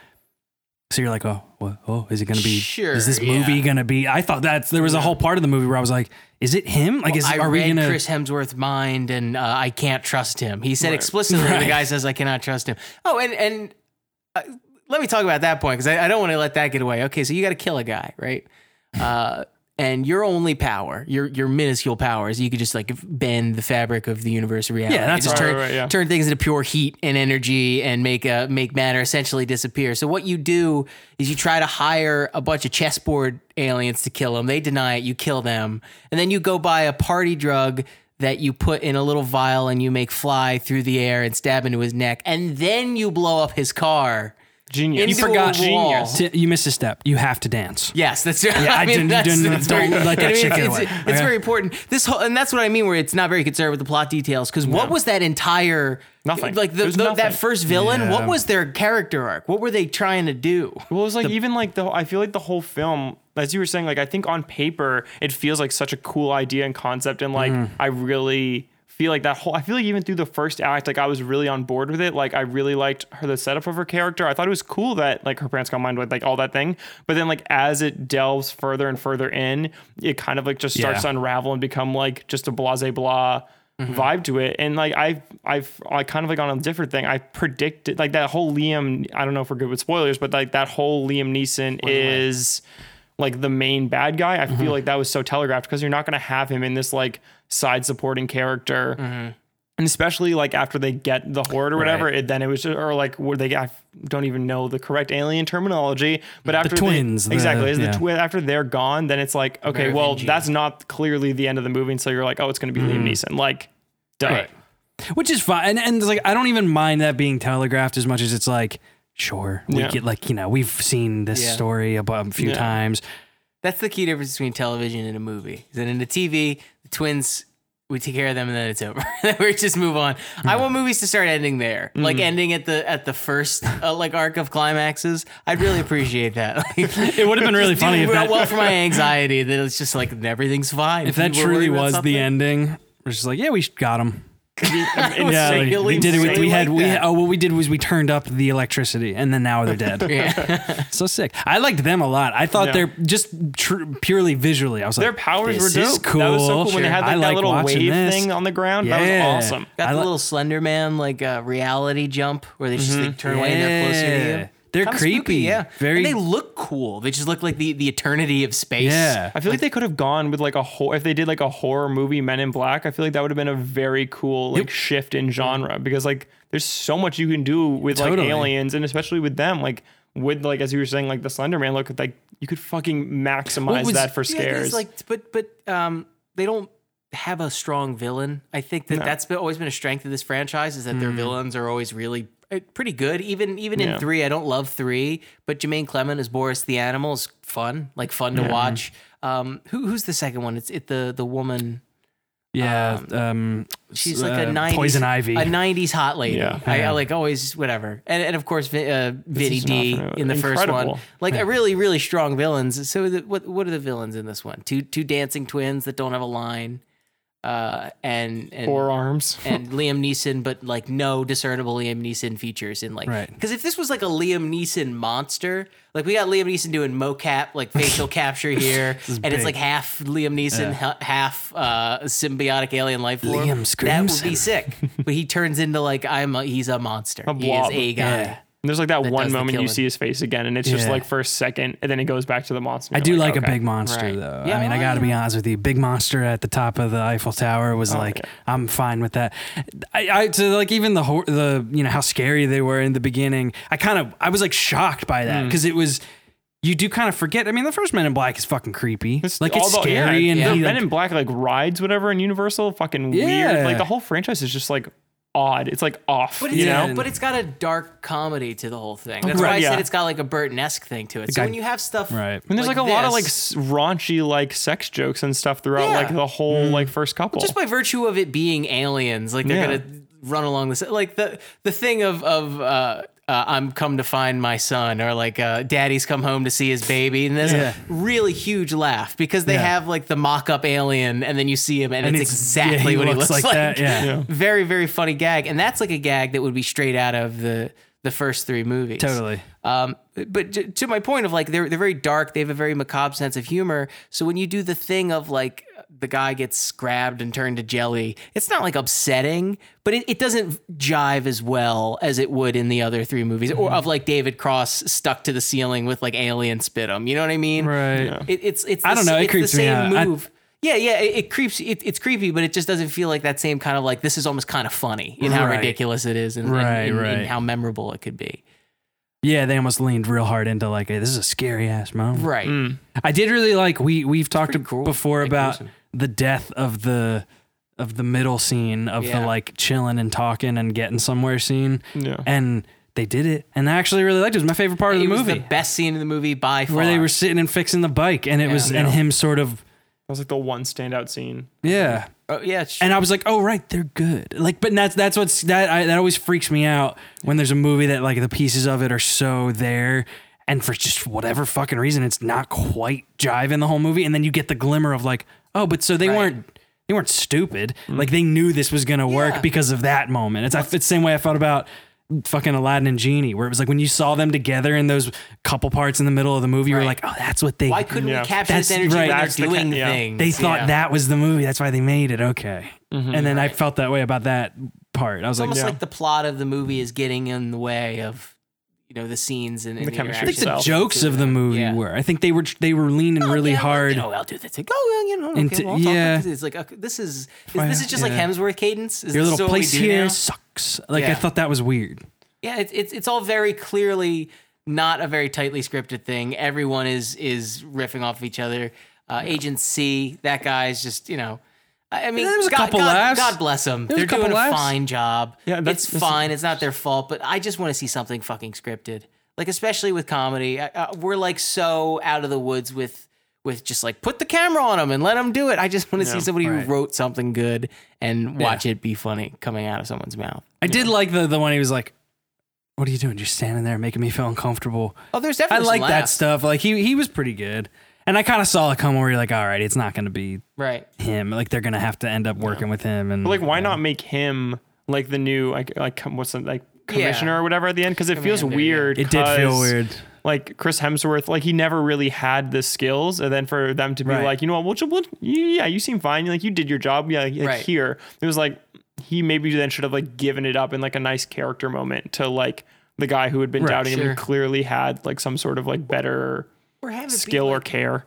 Speaker 1: So you're like, oh, what, oh, is it gonna be?
Speaker 2: Sure,
Speaker 1: Is this movie
Speaker 2: yeah.
Speaker 1: gonna be? I thought that there was a whole part of the movie where I was like, is it him? Like, is
Speaker 2: I
Speaker 1: are we
Speaker 2: read
Speaker 1: gonna?
Speaker 2: Chris Hemsworth's mind, and uh, I can't trust him. He said explicitly, the guy says, "I cannot trust him." Oh, and and uh, let me talk about that point because I, I don't want to let that get away. Okay, so you got to kill a guy, right? Uh, and your only power, your your minuscule power, is you could just like bend the fabric of the universe of reality.
Speaker 1: Yeah, that's
Speaker 2: just
Speaker 1: right,
Speaker 2: turn
Speaker 3: right, right, yeah.
Speaker 2: turn things into pure heat and energy and make uh, make matter essentially disappear. So what you do is you try to hire a bunch of chessboard aliens to kill them. They deny it. You kill them, and then you go buy a party drug that you put in a little vial and you make fly through the air and stab into his neck, and then you blow up his car.
Speaker 3: Genius.
Speaker 2: You forgot-
Speaker 3: Genius.
Speaker 1: T- you missed a step. You have to dance.
Speaker 2: Yes, that's (laughs) right.
Speaker 1: I didn't- didn't- don't let that shit get
Speaker 2: it's,
Speaker 1: away.
Speaker 2: It's,
Speaker 1: Okay.
Speaker 2: very important. This whole, and that's what I mean, where it's not very concerned with the plot details. Because what was that entire
Speaker 3: Nothing.
Speaker 2: Like the,
Speaker 3: There's
Speaker 2: the-
Speaker 3: nothing.
Speaker 2: that first villain.
Speaker 1: Yeah.
Speaker 2: What was their character arc? What were they trying to do?
Speaker 3: Well, it was like even like the I feel like the whole film, as you were saying, like I think on paper it feels like such a cool idea and concept, and like I really feel like that whole I feel like even through the first act, like I was really on board with it. Like I really liked her the setup of her character. I thought it was cool that like her parents got mind with like all that thing. But then like as it delves further and further in, it kind of like just starts
Speaker 1: Yeah.
Speaker 3: to unravel and become like just a blase blah
Speaker 1: Mm-hmm.
Speaker 3: vibe to it. And like I've I've I kind of like on a different thing. I predicted like that whole Liam. I don't know if we're good with spoilers, but like that whole Liam Neeson is like the main bad guy. I
Speaker 1: Mm-hmm.
Speaker 3: feel like that was so telegraphed because you're not gonna have him in this like side supporting character.
Speaker 1: Mm-hmm.
Speaker 3: And especially like after they get the horde or whatever, it, then it was just, or like where they I don't even know the correct alien terminology. But after they-
Speaker 1: twins, the-
Speaker 3: exactly, is the
Speaker 1: yeah.
Speaker 3: twi- after they're gone, then it's like okay,
Speaker 2: Very
Speaker 3: well
Speaker 2: Vingy.
Speaker 3: that's not clearly the end of the movie, and so you're like, oh, it's gonna be
Speaker 1: Mm-hmm.
Speaker 3: Liam Neeson, like, duh. (laughs)
Speaker 1: which is fine. And, and it's like I don't even mind that being telegraphed as much as it's like, sure, we
Speaker 3: Yeah.
Speaker 1: get like you know we've seen this
Speaker 2: Yeah.
Speaker 1: story a, bu- a few
Speaker 3: Yeah.
Speaker 1: times.
Speaker 2: That's the key difference between television and a movie. Is that in the TV, the twins, we take care of them and then it's (laughs) over. we just move on. I want movies to start ending there,
Speaker 1: Mm-hmm.
Speaker 2: like ending at the at the first uh, like arc of climaxes. I'd really appreciate that. (laughs) Like,
Speaker 1: It would have been really funny if
Speaker 2: well,
Speaker 1: that
Speaker 2: well for my anxiety that it's
Speaker 1: (laughs)
Speaker 2: just like everything's fine.
Speaker 1: if that
Speaker 2: You were worried
Speaker 1: truly
Speaker 2: about
Speaker 1: was
Speaker 2: something?
Speaker 1: the ending. We're just like, yeah, we got him.
Speaker 2: was
Speaker 1: Yeah, like,
Speaker 2: really
Speaker 1: we did it with we
Speaker 2: insane
Speaker 1: had
Speaker 2: like
Speaker 1: we
Speaker 2: that.
Speaker 1: had, oh what we did was we turned up the electricity and then now they're dead.
Speaker 2: (laughs) Yeah.
Speaker 1: so sick. I liked them a lot. I thought
Speaker 3: Yeah.
Speaker 1: they're just tr- purely visually. I was
Speaker 3: Their
Speaker 1: like,
Speaker 3: powers
Speaker 1: this
Speaker 3: were dope.
Speaker 1: Is cool.
Speaker 3: That was so cool when
Speaker 1: Sure.
Speaker 3: they had
Speaker 1: I
Speaker 3: like, that
Speaker 1: like
Speaker 3: little
Speaker 1: watching
Speaker 3: wave
Speaker 1: this.
Speaker 3: thing on the ground.
Speaker 1: Yeah.
Speaker 3: That was awesome.
Speaker 2: Got
Speaker 1: I
Speaker 2: the
Speaker 1: li-
Speaker 2: little Slender Man like uh, reality jump where they just like, turn away and they're closer to
Speaker 1: Yeah.
Speaker 2: you.
Speaker 1: "Eh." They're
Speaker 2: Kinda
Speaker 1: creepy.
Speaker 2: spooky, yeah.
Speaker 1: Very-
Speaker 2: And they look cool. They just look like the, the eternity of space.
Speaker 1: Yeah.
Speaker 3: I feel like they could have gone with like a horror. If they did like a horror movie, Men in Black, I feel like that would have been a very cool like shift in genre because like there's so much you can do with
Speaker 1: Totally.
Speaker 3: like aliens and especially with them like with like as you were saying like the Slender Man look like you could fucking maximize
Speaker 2: What was-
Speaker 3: that for
Speaker 2: yeah, it is
Speaker 3: scares.
Speaker 2: like, but but um, they don't have a strong villain. I think that that's been, always been a strength of this franchise is that their villains are always really eh, pretty good. Even even in
Speaker 3: Mm. Yeah.
Speaker 2: three, I don't love three, but Jermaine Clement as Boris the Animal is fun, like fun to watch. Um, who who's the second one? It's it the the woman.
Speaker 1: Yeah. Um,
Speaker 2: She's like a
Speaker 1: uh,
Speaker 2: nineties
Speaker 1: Poison Ivy.
Speaker 2: a nineties hot lady.
Speaker 3: Yeah.
Speaker 2: I, I like always whatever, and and of course Vi- uh, Vinny
Speaker 3: is not
Speaker 2: D
Speaker 3: familiar.
Speaker 2: in the first one,
Speaker 3: Incredible.
Speaker 2: like a really really strong villains. So the, what what are the villains in this one? Two two dancing twins that don't have a line, uh, and and
Speaker 3: Four arms.
Speaker 2: (laughs) and Liam Neeson, but like no discernible Liam Neeson features in like
Speaker 1: Right.
Speaker 2: because if this was like a Liam Neeson monster, like we got Liam Neeson doing mocap
Speaker 1: (laughs)
Speaker 2: like facial capture here, and it's
Speaker 1: big.
Speaker 2: like half Liam Neeson, ha- half uh, symbiotic alien life form.
Speaker 1: Liam
Speaker 2: that would be
Speaker 1: Screamson. (laughs)
Speaker 2: sick. but he turns into like I'm a, he's a monster. he is
Speaker 3: blob.
Speaker 2: a guy.
Speaker 1: Yeah.
Speaker 3: And there's like that,
Speaker 2: does
Speaker 3: one
Speaker 2: the
Speaker 3: moment you
Speaker 2: killing.
Speaker 3: see his face again, and it's just
Speaker 1: Yeah.
Speaker 3: like for a second, and then it goes back to the monster.
Speaker 1: I
Speaker 3: You're
Speaker 1: do like, a
Speaker 3: okay.
Speaker 1: big monster
Speaker 2: Right.
Speaker 1: though.
Speaker 2: Yeah,
Speaker 1: I mean, I got to be honest with you. Big monster at the top of the Eiffel Tower was like, I'm fine with that. I, I so like even the hor- the you know how scary they were in the beginning. I kind of I was like shocked by that because it was you do kind of forget. I mean, the first Men in Black is fucking creepy. like it's
Speaker 3: although- yeah,
Speaker 1: scary and
Speaker 3: the
Speaker 1: he, like-
Speaker 3: Men in Black like rides whatever in Universal, fucking
Speaker 1: Yeah.
Speaker 3: weird. Like the whole franchise is just like odd. It's like off.
Speaker 2: But it's,
Speaker 3: you know,
Speaker 1: Yeah.
Speaker 2: but it's got a dark comedy to the whole thing. That's why
Speaker 1: Right,
Speaker 2: I said
Speaker 3: yeah.
Speaker 2: it's got like a Burton-esque thing to it. So
Speaker 1: guy-
Speaker 2: when you have
Speaker 1: (laughs)
Speaker 2: stuff
Speaker 1: Right.
Speaker 3: and there's like, a lot of
Speaker 2: this-
Speaker 3: like s- raunchy like sex jokes and stuff throughout
Speaker 2: Yeah.
Speaker 3: like the whole
Speaker 1: Mm.
Speaker 3: like first couple.
Speaker 2: just by virtue of it being aliens, like they're
Speaker 3: Yeah.
Speaker 2: gonna run along this, like the the thing of of uh, uh, I'm come to find my son, or like uh, Daddy's come home to see his baby, and there's
Speaker 1: Yeah.
Speaker 2: a really huge laugh because they
Speaker 1: Yeah.
Speaker 2: have like the mock up alien, and then you see him, and,
Speaker 1: and
Speaker 2: it's,
Speaker 1: yeah,
Speaker 2: exactly what he looks like.
Speaker 1: that, yeah.
Speaker 3: Yeah.
Speaker 2: Very very funny gag, and that's like a gag that would be straight out of the the first three movies.
Speaker 1: Totally.
Speaker 2: Um, but to, to my point of like they're they're very dark. They have a very macabre sense of humor. So when you do the thing of like the guy gets grabbed and turned to jelly, it's not like upsetting, but it, it doesn't jive as well as it would in the other three movies,
Speaker 1: Mm-hmm.
Speaker 2: or of like David Cross stuck to the ceiling with like alien spit him. You know what I mean?
Speaker 1: Right.
Speaker 2: It, it's it's
Speaker 1: I
Speaker 2: the
Speaker 1: don't know,
Speaker 2: sa-
Speaker 1: it
Speaker 2: it's
Speaker 1: creeps
Speaker 2: the
Speaker 1: me
Speaker 2: same
Speaker 1: out. I-
Speaker 2: move. yeah, yeah, it, it creeps. It, it's creepy, but it just doesn't feel like that same kind of like this is almost kind of funny in how
Speaker 1: Right.
Speaker 2: ridiculous it is and, and-
Speaker 1: Right,
Speaker 2: and- and
Speaker 1: right.
Speaker 2: how memorable it could be.
Speaker 1: Yeah, they almost leaned real hard into like, hey, this is a scary ass moment.
Speaker 2: Right.
Speaker 1: I did really like we we've talked
Speaker 2: pretty cool.
Speaker 1: before
Speaker 2: Pretty
Speaker 1: about
Speaker 2: gruesome.
Speaker 1: the death of the of the middle scene of
Speaker 2: Yeah.
Speaker 1: the like chilling and talking and getting somewhere scene.
Speaker 3: Yeah.
Speaker 1: And they did it. And I actually really liked it. It was my favorite part of
Speaker 2: it
Speaker 1: the
Speaker 2: was
Speaker 1: movie.
Speaker 2: the best scene in the movie by far.
Speaker 1: where they were sitting and fixing the bike and it was and
Speaker 3: Yeah.
Speaker 1: him sort of
Speaker 3: that was like the one standout scene.
Speaker 1: Yeah.
Speaker 2: oh, yeah, it's-
Speaker 1: And I was like, oh right, they're good. Like, but that's that's what's that I, that always freaks me out when there's a movie that like the pieces of it are so there, and for just whatever fucking reason, it's not quite jiving the whole movie, and then you get the glimmer of like, oh, but so they
Speaker 2: Right. Mm-hmm.
Speaker 1: weren't they weren't stupid. Like they knew this was gonna
Speaker 2: Yeah.
Speaker 1: work because of that moment. It's, I- it's the same way I felt about fucking Aladdin and Genie, where it was like when you saw them together in those couple parts in the middle of the movie, you were
Speaker 2: Right.
Speaker 1: like, oh, that's what they
Speaker 2: why couldn't
Speaker 3: Yeah.
Speaker 2: we capture this
Speaker 1: That's
Speaker 2: energy
Speaker 1: right.
Speaker 2: when
Speaker 3: That's the
Speaker 2: they're
Speaker 3: ca-
Speaker 2: doing
Speaker 3: yeah.
Speaker 2: things?
Speaker 1: they thought
Speaker 2: Mm, Yeah. Mm-hmm.
Speaker 1: that was the movie. That's why they made it. Okay. and then I felt that way about that part. I was
Speaker 2: It's
Speaker 1: like,
Speaker 2: almost
Speaker 1: yeah.
Speaker 2: like the plot of the movie is getting in the way of you know the scenes and, and
Speaker 3: The
Speaker 2: the
Speaker 3: chemistry
Speaker 1: I think the
Speaker 3: itself.
Speaker 1: jokes of the movie
Speaker 2: Yeah.
Speaker 1: were. I think they were they were leaning really hard.
Speaker 2: Oh, I'll do this. Like, oh, well, you know, okay,
Speaker 1: Into-
Speaker 2: well, I'll talk
Speaker 1: yeah.
Speaker 2: about this. It's like okay, this is, is this is just like
Speaker 1: Yeah.
Speaker 2: Hemsworth cadence. Is
Speaker 1: Your
Speaker 2: this
Speaker 1: little
Speaker 2: what we
Speaker 1: place
Speaker 2: do
Speaker 1: here
Speaker 2: now?
Speaker 1: sucks. Like
Speaker 2: Yeah.
Speaker 1: I thought that was weird.
Speaker 2: Yeah, it's it's it's all very clearly not a very tightly scripted thing. Everyone is is riffing off of each other. Uh, Agent C, that guy's just you know. I I mean,
Speaker 1: there was a
Speaker 2: God,
Speaker 1: couple
Speaker 2: God,
Speaker 1: laughs.
Speaker 2: God bless them.
Speaker 1: was
Speaker 2: They're
Speaker 1: a couple
Speaker 2: doing a
Speaker 1: laughs.
Speaker 2: fine job.
Speaker 3: Yeah,
Speaker 2: it's
Speaker 3: that's- that's-
Speaker 2: fine. It's not their fault, but I just want to see something fucking scripted. Like especially with comedy, I, I, we're like so out of the woods with with just like put the camera on them and let them do it. I just want to see somebody
Speaker 1: right.
Speaker 2: who wrote something good and watch it be funny coming out of someone's mouth.
Speaker 1: I did like the the one he was like, "What are you doing? You're standing there making me feel uncomfortable."
Speaker 2: Oh, there's
Speaker 1: I
Speaker 2: definitely some
Speaker 1: like that
Speaker 2: laughs.
Speaker 1: stuff. Like he he was pretty good, and I kind of saw it come where you're like, "All right, it's not going to be
Speaker 2: right?
Speaker 1: him. Like they're going to have to end up working with him." And
Speaker 3: But like, why not make him like the new like like com- what's the, like commissioner or whatever at the end? Because it feels
Speaker 2: Commander, yeah.
Speaker 3: weird.
Speaker 1: It did feel
Speaker 3: 'cause,
Speaker 1: weird.
Speaker 3: Like Chris Hemsworth, like he never really had the skills, and then for them to be
Speaker 1: Right.
Speaker 3: like, you know what, we'll, ju- we'll yeah, you seem fine. Like you did your job. Yeah, like, like,
Speaker 2: Right.
Speaker 3: here it was like he maybe then should have like given it up in like a nice character moment to like the guy who had been doubting him
Speaker 2: sure.
Speaker 3: and clearly had like some sort of like better
Speaker 2: Or have it be
Speaker 3: skill or care.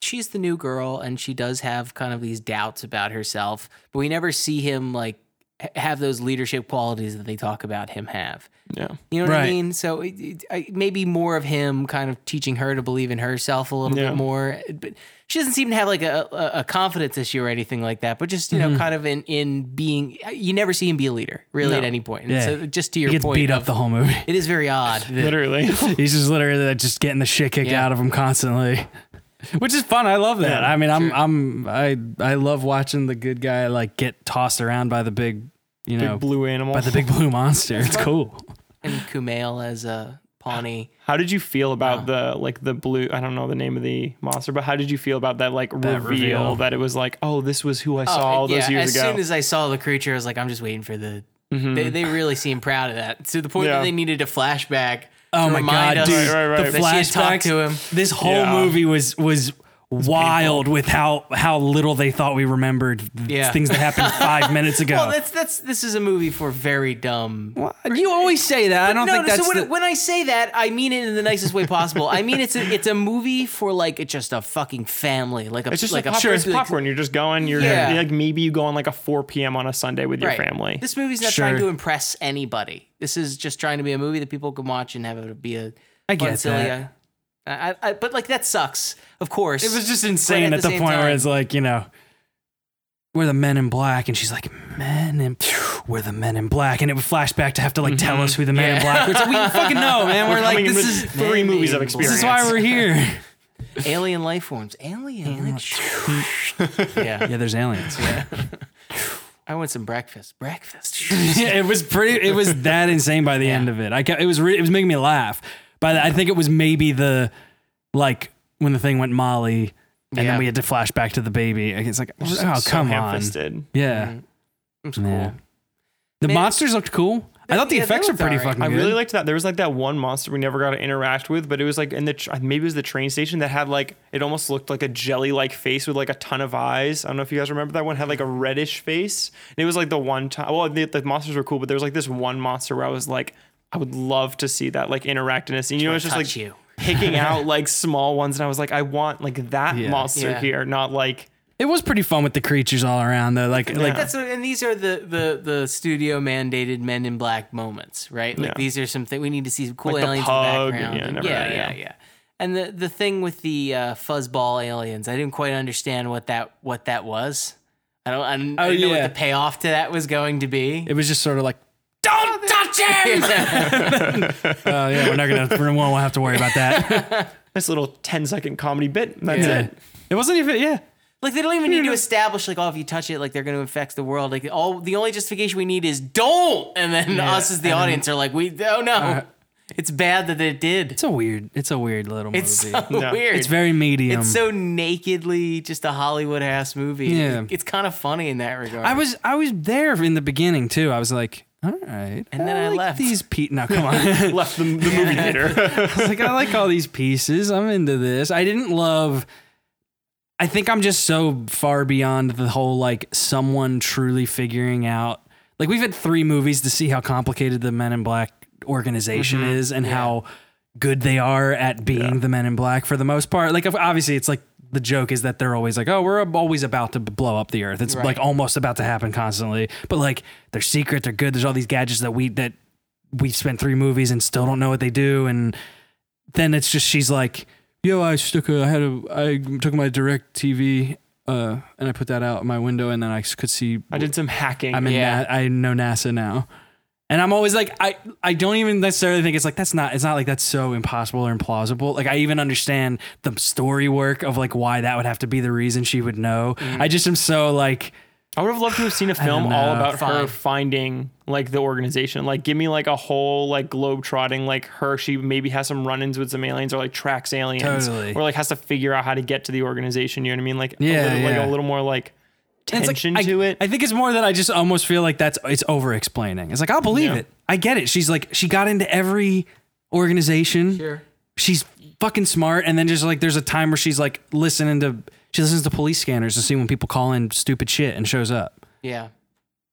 Speaker 2: she's the new girl and she does have kind of these doubts about herself, but we never see him like h- have those leadership qualities that they talk about him have.
Speaker 3: Yeah.
Speaker 2: You know what I
Speaker 1: Right.
Speaker 2: mean? So it, it, I, maybe more of him kind of teaching her to believe in herself a little
Speaker 3: Yeah.
Speaker 2: bit more. But she doesn't seem to have like a, a, a confidence issue or anything like that. But just you
Speaker 1: Mm-hmm.
Speaker 2: know, kind of in in being, uh, you never see him be a leader really at any point. And
Speaker 1: Yeah.
Speaker 2: So just to your
Speaker 1: He gets
Speaker 2: point,
Speaker 1: beat up the whole movie.
Speaker 2: it is very
Speaker 1: (laughs)
Speaker 2: odd. that-
Speaker 3: Literally.
Speaker 1: He's just literally just getting the shit kicked
Speaker 2: Yeah.
Speaker 1: out of him constantly. (laughs) Which is fun. I love that. I mean, I'm I'm I I love watching the good guy like get tossed around by the big, you know,
Speaker 3: (laughs) Big blue animal.
Speaker 1: by the big blue monster.
Speaker 2: (laughs)
Speaker 1: It's cool.
Speaker 2: and Kumail as a Pawnee.
Speaker 3: How did you feel about the like the blue? I don't know the name of the monster, but how did you feel about that like reveal,
Speaker 1: reveal.
Speaker 3: that it was like, oh, this was who I saw all those
Speaker 2: Uh, yeah,
Speaker 3: years
Speaker 2: as
Speaker 3: ago? Mm-hmm.
Speaker 2: soon as I saw the creature, I was like, I'm just waiting for the. They, they really seemed proud of that to the point
Speaker 3: Yeah.
Speaker 2: that they needed a flashback.
Speaker 1: Oh
Speaker 2: to
Speaker 1: my
Speaker 2: remind
Speaker 1: god,
Speaker 2: us
Speaker 1: dude!
Speaker 3: Right, right, right.
Speaker 1: The
Speaker 2: that she had
Speaker 1: flashbacks
Speaker 2: talked to him.
Speaker 1: This whole
Speaker 3: Yeah.
Speaker 1: movie was was wild with how how little they thought we remembered th-
Speaker 2: Yeah.
Speaker 1: things that happened
Speaker 2: (laughs)
Speaker 1: five minutes ago.
Speaker 2: Well, that's that's this is a movie for very dumb.
Speaker 1: you always say that. I don't
Speaker 2: no,
Speaker 1: think
Speaker 2: no,
Speaker 1: that's
Speaker 2: so when,
Speaker 1: the-
Speaker 2: when I say that, I mean it in the nicest way possible. I mean it's a, it's a movie for like it's just a fucking family, like a
Speaker 3: it's just
Speaker 2: like
Speaker 3: like
Speaker 2: a
Speaker 3: pop, it's
Speaker 2: like-
Speaker 3: popcorn. You're just going. You're
Speaker 2: Yeah.
Speaker 3: like maybe you go on like a 4 p.m. on a Sunday with your
Speaker 2: right.
Speaker 3: family.
Speaker 2: This movie's not
Speaker 1: Sure.
Speaker 2: trying to impress anybody. This is just trying to be a movie that people can watch and have it be a
Speaker 1: I
Speaker 2: fun,
Speaker 1: get
Speaker 2: silly,
Speaker 1: that.
Speaker 2: uh, I, I, but like that sucks. Of course,
Speaker 1: It was just insane
Speaker 2: at
Speaker 1: at the,
Speaker 2: the same
Speaker 1: point where
Speaker 2: time-
Speaker 1: it's like, you know, we're the men in black. And she's like, men in, (sighs) we're the men in black. And it would flash back to have to like tell us who the men in black were. It's like, we fucking know, oh, man. We're,
Speaker 3: We're
Speaker 1: like,
Speaker 3: coming in
Speaker 1: this
Speaker 3: with
Speaker 1: is,
Speaker 3: three movies of
Speaker 2: This
Speaker 3: experience.
Speaker 1: this is why we're here.
Speaker 2: alien life forms. Alien. like- yeah.
Speaker 1: (laughs) yeah, there's aliens.
Speaker 2: I want some breakfast.
Speaker 1: (laughs)
Speaker 2: Breakfast.
Speaker 1: yeah, it was pretty, it was that insane by the end of it. I kept, it was, re- it was making me laugh. But I think it was maybe the, like, when the thing went Molly and
Speaker 2: Yeah.
Speaker 1: then we had to flash back to the baby. It's like, oh,
Speaker 3: So
Speaker 1: come on.
Speaker 3: ham-fisted.
Speaker 1: Yeah.
Speaker 2: Mm-hmm. It's cool.
Speaker 1: Yeah. The monsters looked cool. I thought the
Speaker 2: yeah, they
Speaker 1: effects were
Speaker 2: looked
Speaker 1: pretty
Speaker 2: alright.
Speaker 1: fucking
Speaker 3: I
Speaker 1: good.
Speaker 3: really liked that. There was like that one monster we never got to interact with, but it was like in the tr- maybe it was the train station that had like it almost looked like a jelly like face with like a ton of eyes. I don't know if you guys remember that one had like a reddish face. And it was like the one time. Well, the, the monsters were cool, but there was like this one monster where I was like, I would love to see that like interact in a scene. You know, it's just like
Speaker 2: touch you. (laughs)
Speaker 3: picking out like small ones, and I was like, I want like that
Speaker 1: Yeah.
Speaker 3: monster
Speaker 2: Yeah.
Speaker 3: here, not like
Speaker 1: It was pretty fun with the creatures all around though. Like like
Speaker 2: That's what, and these are the, the the studio mandated Men in Black moments, right? Like
Speaker 3: Yeah.
Speaker 2: these are some thing we need to see some cool
Speaker 3: Like the
Speaker 2: aliens
Speaker 3: pug
Speaker 2: in the
Speaker 3: and-
Speaker 2: background.
Speaker 3: yeah, never
Speaker 2: yeah,
Speaker 3: mind,
Speaker 2: yeah,
Speaker 3: yeah.
Speaker 2: yeah. And the the thing with the uh, fuzzball aliens, I didn't quite understand what that what that was. I don't, I didn't, I
Speaker 1: Oh,
Speaker 2: didn't know
Speaker 1: yeah.
Speaker 2: what the payoff to that was going to be.
Speaker 1: it was just sort of like
Speaker 2: Don't touch (laughs) him!
Speaker 1: oh yeah, we're not gonna we won't have to worry about that.
Speaker 3: this little 10 second comedy bit. and That's
Speaker 1: Yeah.
Speaker 3: it.
Speaker 1: It wasn't even yeah.
Speaker 2: Like they don't even need to establish like, oh, if you touch it, like they're going to affect the world. Like all the only justification we need is don't, and then us as the audience are like, we oh no, it's bad that it did.
Speaker 1: It's a weird it's a weird little
Speaker 2: It's
Speaker 1: movie.
Speaker 2: so
Speaker 3: No.
Speaker 2: weird.
Speaker 1: it's very medium.
Speaker 2: It's so nakedly just a Hollywood ass movie.
Speaker 1: Yeah.
Speaker 2: it's kind of funny in that regard.
Speaker 1: I was I was there in the beginning too. I was like, all right. And
Speaker 2: then I left.
Speaker 1: These pe- no, come on. I
Speaker 3: Left the, the movie theater.
Speaker 1: (laughs) was like, I like all these pieces. I'm into this. I didn't love I think I'm just so far beyond the whole like someone truly figuring out. Like we've had three movies to see how complicated the Men in Black organization is and how good they are at being the Men in Black for the most part. Like obviously it's like the joke is that they're always like, "Oh, we're always about to blow up the earth." It's
Speaker 2: Right.
Speaker 1: like almost about to happen constantly. But like they're secret, they're good. There's all these gadgets that we that we've spent three movies and still don't know what they do and then it's just she's like, "Yo, I took a, I had a, I took my direct TV, uh, and I put that out my window, and then I could see.
Speaker 3: I did some hacking.
Speaker 1: I'm in
Speaker 2: yeah.
Speaker 1: Na- I know NASA now." And I'm always like, I, I don't even necessarily think it's like that's not it's not like that's so impossible or implausible. Like I even understand the story work of like why that would have to be the reason she would know. I just am so like
Speaker 3: I would have loved to have seen a film
Speaker 1: know.
Speaker 3: all about her
Speaker 2: Fine.
Speaker 3: finding like the organization. Like, give me like a whole like globe trotting like her. She maybe has some run-ins with some aliens or like tracks aliens,
Speaker 1: Totally.
Speaker 3: or like has to figure out how to get to the organization. You know what I mean? Like,
Speaker 1: Yeah,
Speaker 3: a little, like
Speaker 1: yeah.
Speaker 3: a little more like
Speaker 1: And it's
Speaker 3: tension
Speaker 1: like, I-
Speaker 3: to it.
Speaker 1: I think it's more that I just almost feel like that's it's over explaining. It's like I'll believe
Speaker 3: Yeah.
Speaker 1: it. I get it. She's like she got into every organization.
Speaker 2: Sure.
Speaker 1: She's fucking smart. And then just like there's a time where she's like listening to she listens to police scanners to see when people call in stupid shit and shows up.
Speaker 2: yeah.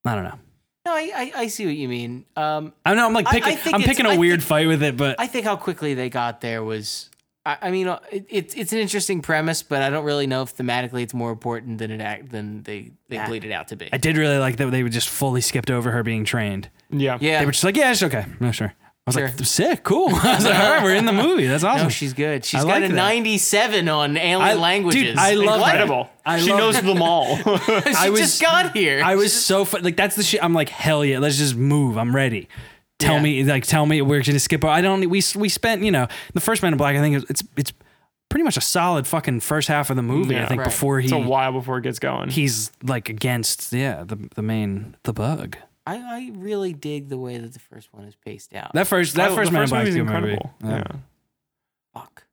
Speaker 1: I don't know.
Speaker 2: No, I, I, I see what you mean. Um,
Speaker 1: I don't know. I'm like
Speaker 2: I
Speaker 1: picking. I,
Speaker 2: think
Speaker 1: am
Speaker 2: it's-
Speaker 1: picking a
Speaker 2: I
Speaker 1: weird
Speaker 2: think-
Speaker 1: fight with it, but
Speaker 2: I think how quickly they got there was. I, I mean, uh, it, it's it's an interesting premise, but I don't really know if thematically it's more important than it act than they they bleed it out to be.
Speaker 1: I did really like that they would just fully skipped over her being trained.
Speaker 3: Yeah.
Speaker 2: yeah,
Speaker 1: They were just like, yeah, it's okay. No, sure. I was
Speaker 2: Sure.
Speaker 1: like, sick, cool. (laughs) I was like, all right, we're in the movie. That's awesome.
Speaker 2: no, she's good. She's
Speaker 1: I
Speaker 2: got
Speaker 1: like
Speaker 2: a
Speaker 1: that.
Speaker 2: 97 on alien
Speaker 1: I- dude,
Speaker 2: languages.
Speaker 1: I love
Speaker 2: What?
Speaker 1: that.
Speaker 3: Incredible.
Speaker 1: I
Speaker 3: she
Speaker 1: love-
Speaker 3: knows
Speaker 1: (laughs)
Speaker 3: them all.
Speaker 2: she
Speaker 1: I was-
Speaker 2: just got here.
Speaker 1: I was so fu- like that's the shit. I'm like hell yeah, let's just move. I'm ready. Tell
Speaker 2: Yeah.
Speaker 1: me like tell me we're gonna skip. I don't. We we spent you know the first Man in Black. I think it's it's pretty much a solid fucking first half of the movie. I
Speaker 3: Yeah.
Speaker 1: think
Speaker 2: Right.
Speaker 1: before
Speaker 3: it's a
Speaker 1: he
Speaker 3: while before it gets going.
Speaker 1: he's like against yeah the the main the bug.
Speaker 2: I, I really dig the way that the first one is paced out.
Speaker 1: That first that
Speaker 3: Oh,
Speaker 1: first
Speaker 3: the
Speaker 1: Man in
Speaker 3: first
Speaker 1: Black
Speaker 3: movie's
Speaker 1: good
Speaker 3: incredible.
Speaker 1: Movie.
Speaker 3: Yeah.
Speaker 2: Fuck.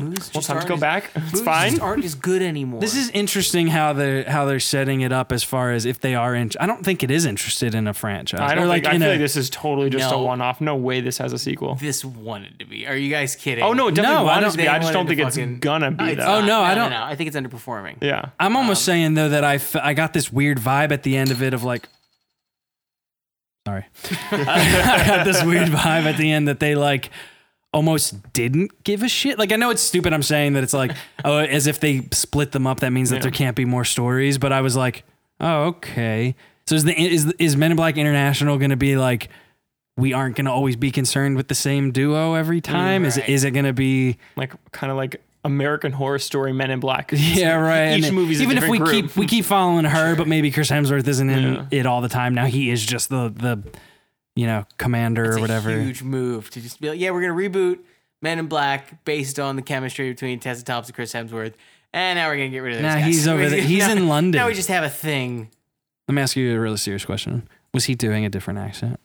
Speaker 2: Movies
Speaker 3: We'll
Speaker 2: just
Speaker 3: have to
Speaker 2: aren't
Speaker 3: go
Speaker 2: as-
Speaker 3: back. It's
Speaker 2: movies
Speaker 3: fine.
Speaker 2: Just aren't as good anymore.
Speaker 1: This is interesting how they how they're setting it up as far as if they are in. I don't think it is interested in a franchise.
Speaker 3: I don't
Speaker 1: Or,
Speaker 3: like. I
Speaker 1: in
Speaker 3: feel
Speaker 1: a-
Speaker 3: like this is totally just
Speaker 2: No.
Speaker 3: a one-off. No way this has a sequel.
Speaker 2: this wanted to be. Are you guys kidding?
Speaker 3: Oh no, it definitely
Speaker 1: No, I
Speaker 3: wanted
Speaker 1: don't-
Speaker 3: to be.
Speaker 2: they
Speaker 3: I just
Speaker 2: wanted
Speaker 3: don't
Speaker 2: to
Speaker 3: think it's
Speaker 2: fucking-
Speaker 3: gonna be
Speaker 2: It's
Speaker 3: that.
Speaker 1: Oh,
Speaker 2: not.
Speaker 1: no, I don't-
Speaker 2: No, I think it's underperforming.
Speaker 3: yeah.
Speaker 1: I'm almost saying though that I, f- I got this weird vibe at the end of it of like, sorry, (laughs) I got this weird vibe at the end that they like almost didn't give a shit. Like I know it's stupid. I'm saying that it's like oh, as if they split them up. That means that
Speaker 3: Yeah.
Speaker 1: there can't be more stories. But I was like, oh okay. So is the is is Men in Black International going to be like? We aren't going to always be concerned with the same duo every time. Is it,
Speaker 2: right.
Speaker 1: is it going to be
Speaker 3: Like kind of like American Horror Story Men in Black.
Speaker 1: yeah, right.
Speaker 3: Each
Speaker 1: And
Speaker 3: movie's a
Speaker 1: even if we
Speaker 3: different group.
Speaker 1: keep we keep following her, but maybe Chris Hemsworth isn't in
Speaker 3: Yeah.
Speaker 1: it all the time. Now he is just the the you know commander
Speaker 2: It's
Speaker 1: or whatever.
Speaker 2: A huge move to just be like, yeah, we're gonna reboot Men in Black based on the chemistry between Tessa Thompson and Chris Hemsworth, and now we're gonna get rid of. those
Speaker 1: Nah,
Speaker 2: guys.
Speaker 1: he's
Speaker 2: (laughs)
Speaker 1: over there. He's
Speaker 2: Now-
Speaker 1: in London.
Speaker 2: Now we just have a thing.
Speaker 1: Let me ask you a really serious question: Was he doing a different accent?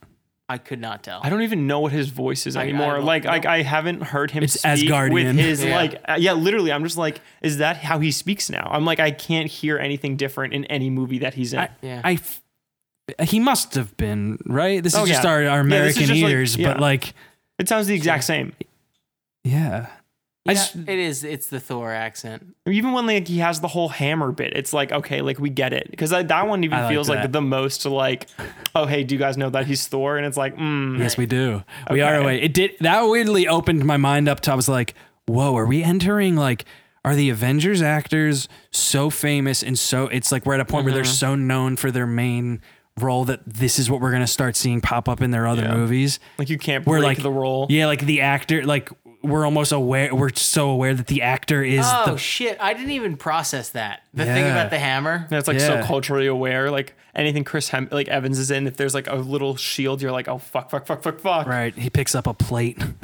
Speaker 2: I could not tell.
Speaker 3: I don't even know what his voice is
Speaker 2: I- I
Speaker 3: anymore.
Speaker 2: don't
Speaker 3: like,
Speaker 2: know.
Speaker 3: like I haven't heard him
Speaker 1: It's
Speaker 3: speak
Speaker 1: Asgardian.
Speaker 3: with his
Speaker 2: Yeah.
Speaker 3: like uh, yeah, literally. I'm just like, is that how he speaks now? I'm like, I can't hear anything different in any movie that he's in.
Speaker 1: I,
Speaker 2: Yeah.
Speaker 1: I f- he must have been right. This is
Speaker 3: Oh,
Speaker 1: just
Speaker 3: yeah.
Speaker 1: our, our
Speaker 3: Yeah, this is
Speaker 1: American
Speaker 3: just like-
Speaker 1: ears,
Speaker 3: yeah.
Speaker 1: but like,
Speaker 3: it sounds the exact same.
Speaker 1: yeah,
Speaker 2: Yeah,
Speaker 1: I just
Speaker 2: it is. It's the Thor accent.
Speaker 3: Even when like he has the whole hammer bit, it's like okay, like we get it because that, that one even
Speaker 1: I like
Speaker 3: feels like
Speaker 1: that.
Speaker 3: the most like, oh hey, do you guys know that he's Thor? And it's like, mm,
Speaker 1: yes, we do. We are
Speaker 3: Okay.
Speaker 1: away. It did that weirdly opened my mind up to. I was like, whoa, are we entering like? Are the Avengers actors so famous and so it's like we're at a point where
Speaker 2: Mm-hmm.
Speaker 1: they're so known for their main role that this is what we're gonna start seeing pop up in their other
Speaker 3: Yeah.
Speaker 1: movies.
Speaker 3: like you can't
Speaker 1: We're
Speaker 3: break
Speaker 1: like
Speaker 3: the role.
Speaker 1: Yeah, like the actor, like we're almost aware. We're so aware that the actor is
Speaker 2: Oh
Speaker 1: the.
Speaker 2: shit! I didn't even process that. The thing
Speaker 1: Yeah.
Speaker 2: about the hammer.
Speaker 3: And it's like
Speaker 1: Yeah.
Speaker 3: so culturally aware. Like anything Chris Hem- like Evans is in, if there's like a little shield, you're like, oh fuck, fuck, fuck, fuck, fuck.
Speaker 1: Right, he picks up a plate, (laughs)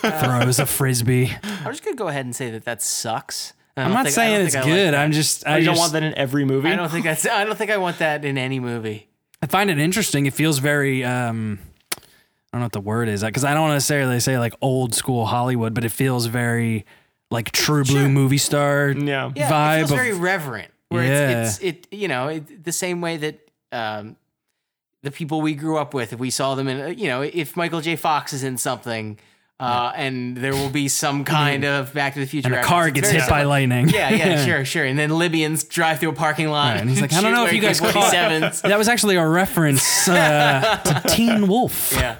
Speaker 1: throws
Speaker 2: uh,
Speaker 1: a frisbee.
Speaker 2: I'm just gonna go ahead and say that that sucks. I
Speaker 1: I'm
Speaker 2: don't
Speaker 1: not
Speaker 2: think- I
Speaker 1: saying
Speaker 2: don't
Speaker 1: it's
Speaker 2: think I like
Speaker 1: good.
Speaker 2: that.
Speaker 1: I'm just
Speaker 3: I
Speaker 1: I
Speaker 3: you
Speaker 1: just
Speaker 3: don't want that in every movie.
Speaker 2: I don't think that's. I don't think I want that in any movie.
Speaker 1: I find it interesting. It feels very um I don't know what the word is because I don't necessarily say like old school Hollywood, but it feels very like true blue movie star
Speaker 3: Yeah.
Speaker 2: yeah,
Speaker 1: vibe.
Speaker 2: It feels
Speaker 1: of-
Speaker 2: very reverent. Where
Speaker 1: Yeah.
Speaker 2: it's, it's it you know it, the same way that um, the people we grew up with, if we saw them in uh, you know if Michael J. Fox is in something, uh, and there will
Speaker 1: (laughs)
Speaker 2: be some kind of Back to the Future.
Speaker 1: and a
Speaker 2: reference,
Speaker 1: car
Speaker 2: it's
Speaker 1: gets
Speaker 2: very
Speaker 1: hit by
Speaker 2: similar.
Speaker 1: lightning. (laughs)
Speaker 2: Yeah, yeah, sure, sure. And then Libyans drive through a parking lot,
Speaker 1: Right, and he's like, I don't know if you guys caught-
Speaker 2: forty
Speaker 1: (laughs)
Speaker 2: sevens.
Speaker 1: That was actually a reference
Speaker 2: (laughs)
Speaker 1: uh, to Teen Wolf.
Speaker 2: Yeah.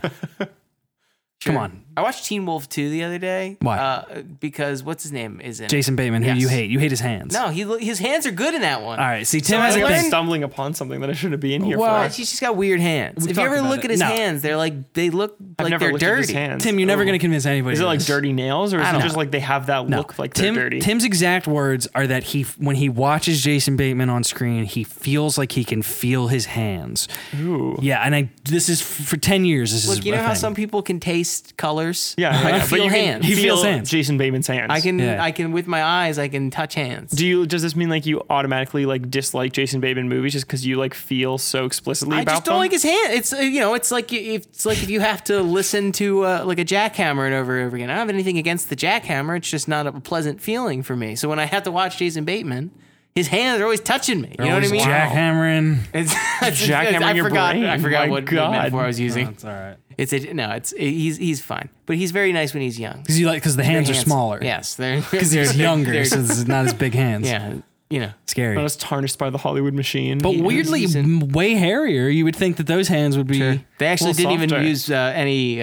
Speaker 1: Come
Speaker 2: Sure.
Speaker 1: on.
Speaker 2: I watched Teen Wolf 2 the other day.
Speaker 1: Why?
Speaker 2: Uh, because what's his name is in it.
Speaker 1: Jason Bateman, who you
Speaker 2: Yes.
Speaker 1: hate. You hate his hands.
Speaker 2: No, he lo- his hands are good in that one.
Speaker 1: All right. See, Tim
Speaker 3: I
Speaker 1: has a
Speaker 3: think I'm
Speaker 1: thing.
Speaker 3: stumbling upon something that I shouldn't be in here
Speaker 1: Well,
Speaker 2: Uh,
Speaker 3: for.
Speaker 2: he's just got weird hands. if you
Speaker 3: talked
Speaker 2: ever
Speaker 3: about
Speaker 2: look
Speaker 3: it.
Speaker 2: at his
Speaker 1: No.
Speaker 2: hands, they're like they look
Speaker 3: I've
Speaker 2: like
Speaker 3: never
Speaker 2: they're
Speaker 3: looked at his
Speaker 2: dirty.
Speaker 3: hands.
Speaker 1: Tim, you're never going to convince anybody.
Speaker 3: Is it
Speaker 1: of
Speaker 3: like
Speaker 1: this.
Speaker 3: dirty nails, or is
Speaker 2: I
Speaker 3: it
Speaker 2: don't
Speaker 3: just
Speaker 2: know.
Speaker 3: like they have that look like they're
Speaker 1: Tim,
Speaker 3: dirty?
Speaker 1: Tim's exact words are that he, when he watches Jason Bateman on screen, he feels like he can feel his hands.
Speaker 3: Ooh.
Speaker 1: Yeah, and I this is for ten years. This is
Speaker 2: Look, you
Speaker 1: a
Speaker 2: know how
Speaker 1: thing.
Speaker 2: some people can taste colors?
Speaker 3: Yeah, yeah,
Speaker 2: I
Speaker 3: yeah,
Speaker 2: can
Speaker 3: but
Speaker 2: feel
Speaker 3: you can
Speaker 2: hands.
Speaker 1: He feels
Speaker 3: feel
Speaker 1: hands.
Speaker 3: Jason Bateman's hands.
Speaker 2: I can
Speaker 1: Yeah.
Speaker 2: I can with my eyes I can touch hands.
Speaker 3: Do you does this mean like you automatically like dislike Jason Bateman movies just because you like feel so explicitly
Speaker 2: I
Speaker 3: about
Speaker 2: just don't
Speaker 3: them?
Speaker 2: like his hand. It's uh, you know, it's like you- it's like if you have to listen to uh, like a jackhammer and over and over again. I don't have anything against the jackhammer. It's just not a pleasant feeling for me. So when I have to watch Jason Bateman, his hands are always touching me. You know what I
Speaker 1: Always
Speaker 2: mean?
Speaker 1: Jackhammering.
Speaker 2: (laughs) It's, it's-
Speaker 3: Jackhammer
Speaker 2: I
Speaker 3: your
Speaker 2: forgot.
Speaker 3: brain.
Speaker 2: I forgot
Speaker 3: My
Speaker 2: what God.
Speaker 3: God.
Speaker 2: metaphor I was using.
Speaker 1: That's all right.
Speaker 2: It's a, no. It's he's he's fine, but he's very nice when he's young.
Speaker 1: Because you like because the hands are
Speaker 2: Hands-
Speaker 1: smaller.
Speaker 2: Yes, (laughs) they're
Speaker 1: Because they're younger,
Speaker 2: they're-
Speaker 1: so it's not as big hands.
Speaker 2: yeah, you know.
Speaker 1: Scary.
Speaker 3: I was tarnished by the Hollywood machine.
Speaker 1: But weirdly,
Speaker 2: he's
Speaker 1: m way hairier. You would think that those hands would be.
Speaker 2: They actually
Speaker 3: little
Speaker 2: didn't even
Speaker 3: softer.
Speaker 2: use uh, any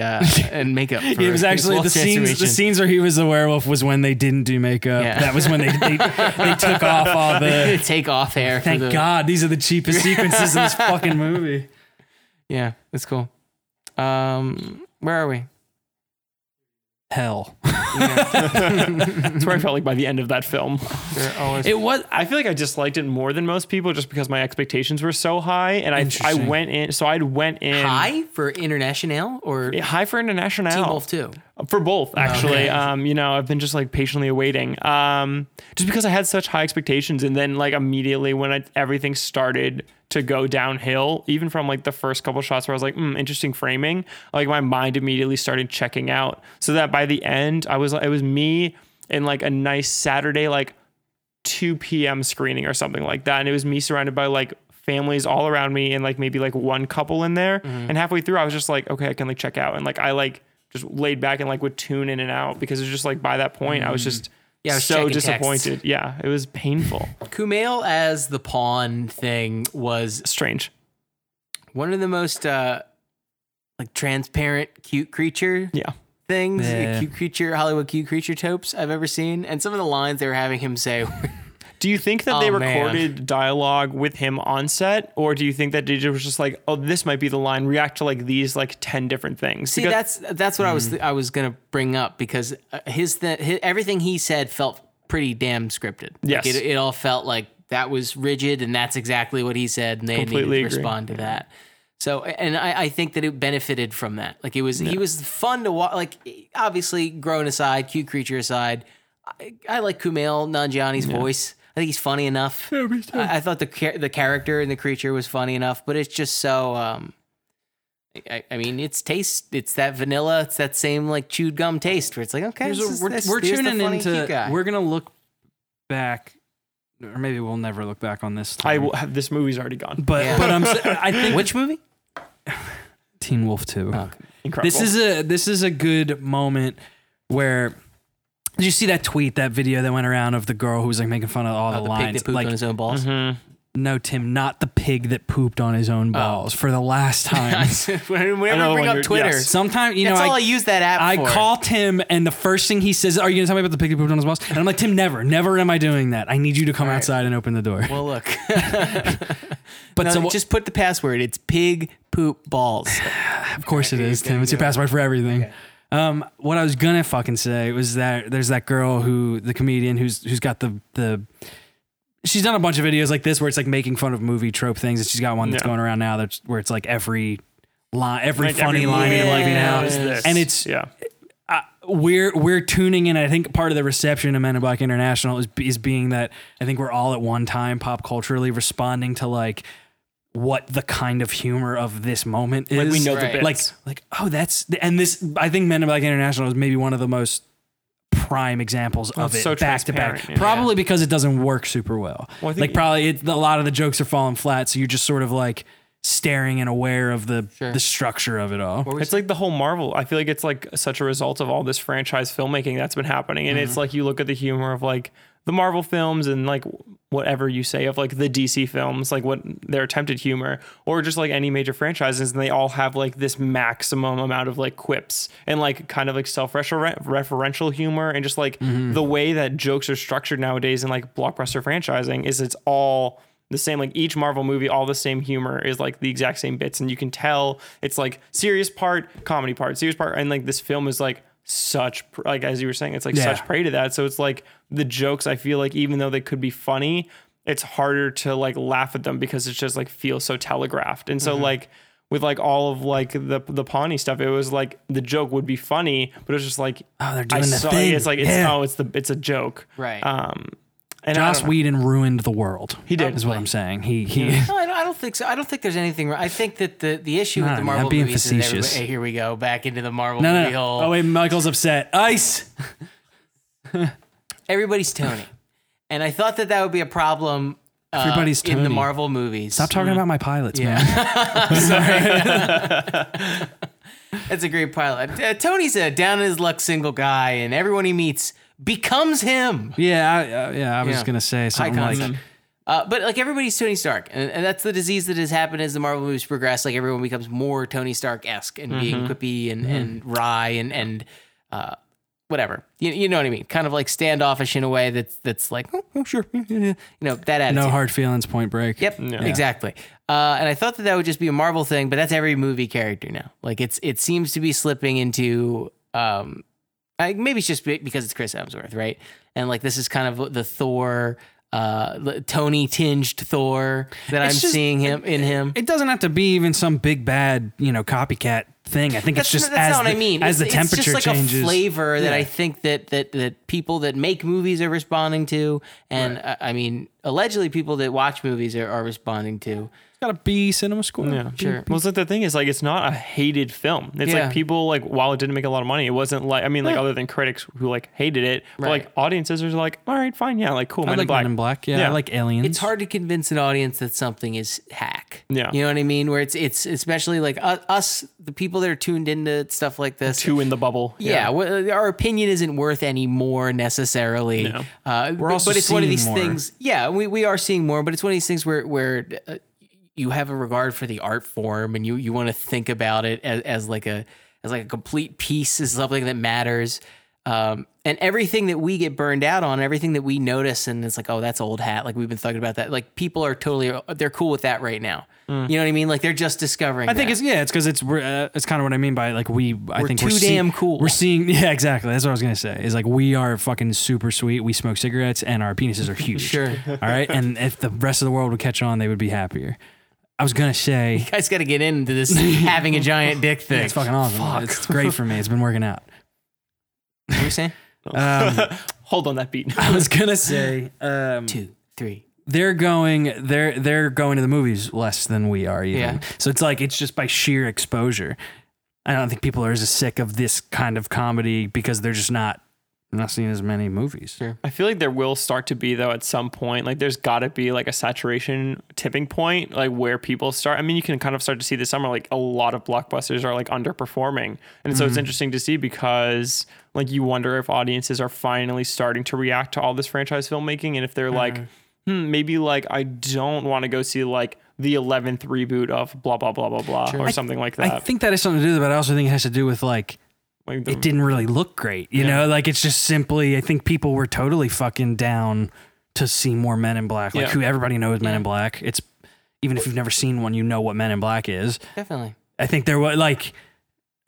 Speaker 1: (laughs)
Speaker 2: uh, and makeup. For
Speaker 1: It was actually the
Speaker 2: Wolf's
Speaker 1: scenes. The
Speaker 2: (laughs) transformation.
Speaker 1: scenes where he was the werewolf was when they didn't do makeup.
Speaker 2: Yeah.
Speaker 1: That was when they they,
Speaker 2: (laughs)
Speaker 1: they took off all the.
Speaker 2: take off hair. for
Speaker 1: Thank
Speaker 2: the-
Speaker 1: God, these are the cheapest sequences
Speaker 2: (laughs)
Speaker 1: in this fucking movie.
Speaker 2: Yeah, it's cool. Um, where are we?
Speaker 1: Hell,
Speaker 3: That's where I felt like by the end of that film.
Speaker 2: We're always-
Speaker 3: (laughs) It was. I feel like I disliked it more than most people, just because my expectations were so high, and I I
Speaker 1: Interesting.
Speaker 3: went in. So I went in
Speaker 2: high for international or
Speaker 3: Yeah, high for international.
Speaker 2: Teen Wolf too.
Speaker 3: for both actually um you know i've been just like patiently awaiting um just because i had such high expectations and then like immediately when I, everything started to go downhill even from like the first couple shots where i was like mm, interesting framing like my mind immediately started checking out so that by the end i was it was me in like a nice saturday like 2 p.m. screening or something like that. And it was me surrounded by like families all around me and like maybe like one couple in there.
Speaker 2: Mm-hmm.
Speaker 3: And halfway through, I was just like, okay, I can like check out. And like I like just laid back and like would tune in and out because it's just like by that point, I was just
Speaker 2: Mm-hmm. Yeah, I was
Speaker 3: so
Speaker 2: checking
Speaker 3: disappointed. Yeah, it was painful.
Speaker 2: Kumail as the pawn thing was
Speaker 3: Strange.
Speaker 2: one of the most uh, like transparent, cute creature
Speaker 3: Yeah.
Speaker 2: things,
Speaker 1: Yeah.
Speaker 2: cute creature, Hollywood cute creature topes I've ever seen. And some of the lines they were having him say,
Speaker 3: (laughs) Do you think that they
Speaker 2: Oh, man.
Speaker 3: recorded dialogue with him on set, or do you think that DJ was just like, "Oh, this might be the line. React to like these like ten different things."
Speaker 2: see,
Speaker 3: Because- Hmm.
Speaker 2: that's that's what I was I was gonna bring up because uh, his, th- his everything he said felt pretty damn scripted. Like,
Speaker 3: Yes.
Speaker 2: it, it all felt like that was rigid, and that's exactly what he said, and they
Speaker 3: Completely
Speaker 2: needed to
Speaker 3: agree.
Speaker 2: respond to that. So, and I, I think that it benefited from that. Like it was, he was fun to watch. Like e, obviously, grown aside, cute creature aside, I, I like Kumail Nanjiani's voice. I think he's funny enough.
Speaker 1: Hmm.
Speaker 2: I, I thought the char- the character and the creature was funny enough, but it's just so. um I, I mean, it's taste. It's that vanilla. It's that same like chewed gum taste where it's like, okay,
Speaker 1: Here's
Speaker 2: this
Speaker 1: a-
Speaker 2: is-
Speaker 1: we're,
Speaker 2: this-
Speaker 1: we're
Speaker 2: here's the
Speaker 1: tuning
Speaker 2: funny
Speaker 1: into.
Speaker 2: cute guy.
Speaker 1: We're gonna look back, or maybe we'll never look back on this.
Speaker 3: I
Speaker 1: Time.
Speaker 3: will have this movie's already gone.
Speaker 1: but
Speaker 2: Yeah.
Speaker 1: but I'm. s- I think
Speaker 2: (laughs) Which movie?
Speaker 1: Teen Wolf Two.
Speaker 3: Incredible.
Speaker 1: This is a this is a good moment where did you see that tweet, that video that went around of the girl who was like making fun of all the,
Speaker 2: Oh, The pig
Speaker 1: lines?
Speaker 2: that pooped
Speaker 1: like,
Speaker 2: on his own balls.
Speaker 3: mm-hmm.
Speaker 2: (laughs)
Speaker 1: no, Tim, not the pig that pooped on his
Speaker 2: Oh.
Speaker 1: own balls for the
Speaker 2: (laughs)
Speaker 1: last time.
Speaker 2: Whenever I
Speaker 3: Another
Speaker 2: bring
Speaker 3: one
Speaker 2: up
Speaker 3: you're-
Speaker 2: Twitter,
Speaker 3: yes.
Speaker 1: Sometimes you know
Speaker 2: that's all I
Speaker 1: I,
Speaker 2: use that app
Speaker 1: I
Speaker 2: for.
Speaker 1: (laughs) call Tim and the first thing he says, "Are you gonna tell me about the pig that pooped on his balls?" And I'm like, "Tim, never, never am I doing that. I need you to come outside and open the door."
Speaker 2: Well, look.
Speaker 1: but
Speaker 2: (laughs) No,
Speaker 1: so, what-
Speaker 2: just put the password. It's pig poop balls.
Speaker 1: Of course it is, Tim. It's your password for everything. Um, what I was gonna fucking say was that there's that girl who the comedian who's who's got the the she's done a bunch of videos like this where it's like making fun of movie trope things, and she's got one that's
Speaker 3: Yeah.
Speaker 1: going around now that's where it's like every line, every
Speaker 3: Like,
Speaker 1: funny
Speaker 3: every
Speaker 1: line
Speaker 3: movie
Speaker 1: you're like
Speaker 2: Yeah.
Speaker 1: now,
Speaker 3: is this.
Speaker 1: and it's
Speaker 3: yeah.
Speaker 1: we're we're tuning in. I think part of the reception of Men in Black International is is being that I think we're all at one time pop culturally responding to like what the kind of humor of this moment is.
Speaker 3: Like we know
Speaker 2: Right.
Speaker 3: the bits.
Speaker 1: like like oh that's and this I think Men in Black International is maybe one of the most prime examples of
Speaker 3: it's
Speaker 1: it
Speaker 3: so
Speaker 1: back to back.
Speaker 3: transparent, yeah.
Speaker 1: Probably because it doesn't work super well.
Speaker 3: Well, I think-
Speaker 1: like probably it, a lot of the jokes are falling flat, so you're just sort of like staring and aware of the
Speaker 2: Sure.
Speaker 1: the structure of it all.
Speaker 2: Where's-
Speaker 3: It's like the whole Marvel. I feel like it's like such a result of all this franchise filmmaking that's been happening. And it's like you look at the humor of like the Marvel films and like whatever you say of like the DC films, like what their attempted humor, or just like any major franchises, and they all have like this maximum amount of like quips and like kind of like self referential humor and just like the way that jokes are structured nowadays in like blockbuster franchising is it's all the same like each marvel movie all the same humor is like the exact same bits and you can tell it's like serious part comedy part serious part and like this film is like such pr- like as you were saying it's like
Speaker 1: Yeah.
Speaker 3: such prey to that so it's like the jokes i feel like even though they could be funny it's harder to like laugh at them because it's just like feels so telegraphed and so
Speaker 1: Mm-hmm.
Speaker 3: like with like all of like the the Pawnee stuff, it was like the joke would be funny, but it was just like
Speaker 1: Oh, they're
Speaker 3: I
Speaker 1: doing the
Speaker 3: saw-
Speaker 1: thing.
Speaker 3: It's like it's
Speaker 1: Yeah.
Speaker 3: oh, it's the it's a joke,
Speaker 2: Right.
Speaker 3: Um, and I
Speaker 1: Joss
Speaker 3: don't know.
Speaker 1: Whedon ruined the world. He
Speaker 3: did.
Speaker 1: is what I'm saying. He he.
Speaker 2: No, I don't, I don't think so. I don't think there's anything wrong. I think that the, the issue with
Speaker 1: No,
Speaker 2: the
Speaker 1: I'm
Speaker 2: Marvel
Speaker 1: being
Speaker 2: movies is that everybody-
Speaker 1: facetious.
Speaker 2: hey, here we go back into the
Speaker 1: (laughs)
Speaker 2: Marvel
Speaker 1: No, no,
Speaker 2: movie
Speaker 1: no.
Speaker 2: hole.
Speaker 1: Oh wait, Michael's upset. Ice.
Speaker 2: Everybody's Tony, and I thought that that would be a problem. uh,
Speaker 1: Everybody's
Speaker 2: in the
Speaker 1: Tony.
Speaker 2: Marvel movies.
Speaker 1: Stop talking about my pilots, (laughs) man.
Speaker 2: That's a great pilot. Uh, Tony's a down in his luck single guy, and everyone he meets becomes him.
Speaker 1: Yeah, I, uh, yeah. I was
Speaker 2: Yeah.
Speaker 1: gonna say something like,
Speaker 2: concept. Uh, but like everybody's Tony Stark, and, and that's the disease that has happened as the Marvel movies progress. Like everyone becomes more Tony Stark esque and being quippy and, and wry and and uh, whatever. You, you know what I mean? Kind of like standoffish in a way that's that's like oh, oh, sure, (laughs) you know that attitude.
Speaker 1: no hard feelings. Point Break.
Speaker 2: Yep,
Speaker 3: Yeah.
Speaker 2: exactly. Uh, and I thought that that would just be a Marvel thing, but that's every movie character now. Like it's it seems to be slipping into um, I, maybe it's just be- because it's Chris Hemsworth, right? And like this is kind of the Thor, uh, the Tony tinged Thor that
Speaker 1: It's
Speaker 2: I'm
Speaker 1: just-
Speaker 2: seeing him in him.
Speaker 1: It doesn't have to be even some big bad, you know, copycat thing. I think
Speaker 2: That's,
Speaker 1: it's just
Speaker 2: that's
Speaker 1: as
Speaker 2: not
Speaker 1: the,
Speaker 2: what I mean.
Speaker 1: as
Speaker 2: It's-
Speaker 1: the temperature
Speaker 2: it's just like
Speaker 1: changes.
Speaker 2: a flavor that
Speaker 1: Yeah.
Speaker 2: I think that that that people that make movies are responding to, and uh, I mean allegedly people that watch movies are, are responding to.
Speaker 1: It's got a B cinema score.
Speaker 3: Yeah,
Speaker 2: Sure.
Speaker 3: Well, it's like the thing is like it's not a hated film. It's
Speaker 2: Yeah.
Speaker 3: like people like while it didn't make a lot of money, it wasn't like I mean like other than critics who like hated it, but
Speaker 2: Right.
Speaker 3: like audiences are like, all right, fine, yeah, like cool,
Speaker 1: I
Speaker 3: Men in
Speaker 1: like
Speaker 3: Black.
Speaker 1: Men in Black. Yeah, I
Speaker 3: Yeah.
Speaker 1: like Aliens.
Speaker 2: it's hard to convince an audience that something is hack.
Speaker 3: Yeah.
Speaker 2: you know what I mean. Where it's it's especially like u- us, the people that are tuned into stuff like this.
Speaker 3: Two in the bubble.
Speaker 2: yeah, wh- our opinion isn't worth any more necessarily.
Speaker 3: No.
Speaker 2: Uh, We're but,
Speaker 1: also
Speaker 2: but it's one of
Speaker 1: seeing
Speaker 2: these
Speaker 1: more.
Speaker 2: things. Yeah, we, we are seeing more, but it's one of these things where where uh, you have a regard for the art form and you you want to think about it as, as like a as like a complete piece is something that matters. Um, and everything that we get burned out on, everything that we notice, and it's like, oh, that's old hat. Like we've been talking about that. Like people are totally, they're cool with that right now. You know what I mean? Like they're just discovering.
Speaker 1: Mm. I think it's yeah, it's because it's we're, uh, it's kind of what I mean by like we. I think we're
Speaker 2: too
Speaker 1: see-
Speaker 2: damn cool.
Speaker 1: We're seeing (laughs) yeah, exactly. That's what I was gonna say. Is like we are fucking super sweet. We smoke cigarettes and our penises are huge.
Speaker 2: Sure.
Speaker 1: All right, and if the rest of the world would catch on, they would be happier. I was gonna (laughs) say
Speaker 2: you guys got to get
Speaker 1: (laughs)
Speaker 2: into this having a giant dick thing.
Speaker 1: it's fucking awesome.
Speaker 2: Fuck.
Speaker 1: It's great for me. It's been working out.
Speaker 2: What are you saying?
Speaker 1: Um,
Speaker 3: (laughs) Hold on that beat.
Speaker 1: (laughs) I was gonna say um,
Speaker 2: Two, three.
Speaker 1: they're going they're they're going to the movies less than we are even.
Speaker 2: Yeah.
Speaker 1: So it's like it's just by sheer exposure. I don't think people are as sick of this kind of comedy because they're just not they're not seeing as many movies.
Speaker 2: Sure.
Speaker 3: I feel like there will start to be though at some point. Like there's got to be like a saturation tipping point, like where people start. I mean, you can kind of start to see this summer. Like a lot of blockbusters are like underperforming, and so it's
Speaker 1: Mm-hmm.
Speaker 3: interesting to see because like you wonder if audiences are finally starting to react to all this franchise filmmaking, and if they're like,
Speaker 1: Mm-hmm.
Speaker 3: hmm, maybe like I don't want to go see like the eleventh reboot of blah blah blah blah blah or something like that.
Speaker 1: I think that has something to do with it, but I also think it has to do with like
Speaker 3: like the-
Speaker 1: it didn't really look great. You know, like it's just simply I think people were totally fucking down to see more Men in Black. Like
Speaker 3: Yeah.
Speaker 1: who everybody knows Men in Black. It's even if you've never seen one, you know what Men in Black is.
Speaker 2: Definitely.
Speaker 1: I think there was like,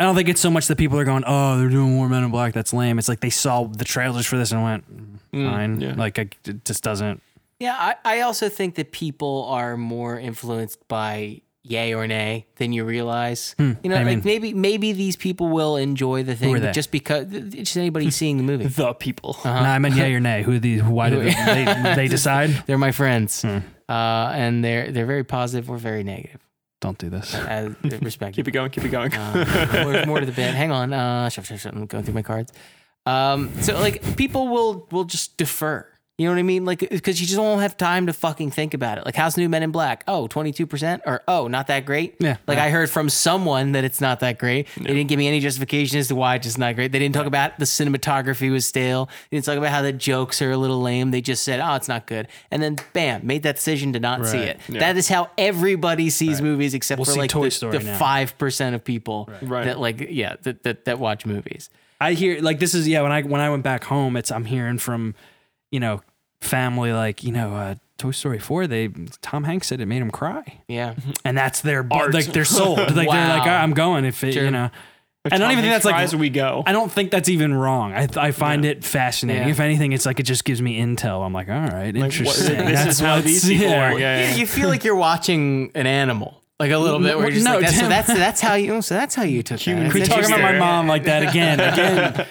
Speaker 1: I don't think it's so much that people are going, oh, they're doing more Men in Black. That's lame. It's like they saw the trailers for this and went, fine.
Speaker 3: Mm, yeah.
Speaker 1: Like I, it just doesn't.
Speaker 2: Yeah, I, I also think that people are more influenced by yay or nay than you realize. you know,
Speaker 1: Hmm, I
Speaker 2: like
Speaker 1: mean-
Speaker 2: maybe maybe these people will enjoy the
Speaker 1: are
Speaker 2: thing but
Speaker 1: they?
Speaker 2: just because th- just anybody seeing
Speaker 1: (laughs)
Speaker 2: the movie. Uh-huh.
Speaker 3: the people.
Speaker 1: No, I meant
Speaker 3: (laughs)
Speaker 1: yay or nay. Who the? Why do they, they, they decide?
Speaker 2: They're my friends,
Speaker 1: Hmm.
Speaker 2: uh, and they're they're very positive or very negative.
Speaker 1: Don't do this. (laughs)
Speaker 2: As respect.
Speaker 3: Keep it going. Keep it going.
Speaker 2: (laughs)
Speaker 3: (laughs)
Speaker 2: Uh, more, more to the bit. Hang on. Uh, shove, shove, shove. I'm going through my cards. Um, so like people will will just defer. You know what I mean? Like because you just won't have time to fucking think about it. Like how's New Men in Black? Oh, 22 percent or oh, not that great.
Speaker 1: Yeah.
Speaker 2: Like I heard from someone that it's not that great. They didn't give me any justification as to why it's just not great. They didn't talk about the cinematography was stale. They didn't talk about how the jokes are a little lame. They just said, oh, it's not good. And then bam, made that decision to not see
Speaker 1: Right.
Speaker 2: it. That is how everybody sees movies except for
Speaker 1: see
Speaker 2: like
Speaker 1: Toy
Speaker 2: the,
Speaker 1: Story now.
Speaker 2: five percent of people
Speaker 3: Right.
Speaker 2: that like yeah that, that that watch movies.
Speaker 1: I hear like this is yeah. When I when I went back home, it's I'm hearing from, you know, family like you know, uh, Toy Story four. They Tom Hanks said it made him cry,
Speaker 2: Yeah,
Speaker 1: and that's their
Speaker 3: Art.
Speaker 1: like they're
Speaker 3: (laughs)
Speaker 1: sold. Like they're
Speaker 2: Wow.
Speaker 1: like "Ah, I'm going if it, you know.
Speaker 3: If
Speaker 1: I don't
Speaker 3: Tom
Speaker 1: even think
Speaker 3: Hanks
Speaker 1: that's like
Speaker 3: cries, we go.
Speaker 1: I don't think that's even wrong. I, I find it fascinating.
Speaker 2: Yeah.
Speaker 1: If anything, it's like it just gives me intel. I'm like, all right,
Speaker 3: what-
Speaker 1: interesting.
Speaker 3: this
Speaker 1: That's
Speaker 3: is how
Speaker 1: what's-
Speaker 3: these people
Speaker 1: yeah.
Speaker 3: work. Yeah, yeah.
Speaker 2: you feel like you're watching an animal like a little bit. Where you're just
Speaker 1: No,
Speaker 2: like, that's, so
Speaker 1: Tim.
Speaker 2: that's that's how you so that's how you took
Speaker 3: Human
Speaker 2: that.
Speaker 1: Quit
Speaker 2: That's
Speaker 1: talking about my
Speaker 3: Interesting.
Speaker 1: mom like that again.
Speaker 2: (laughs)
Speaker 1: Again.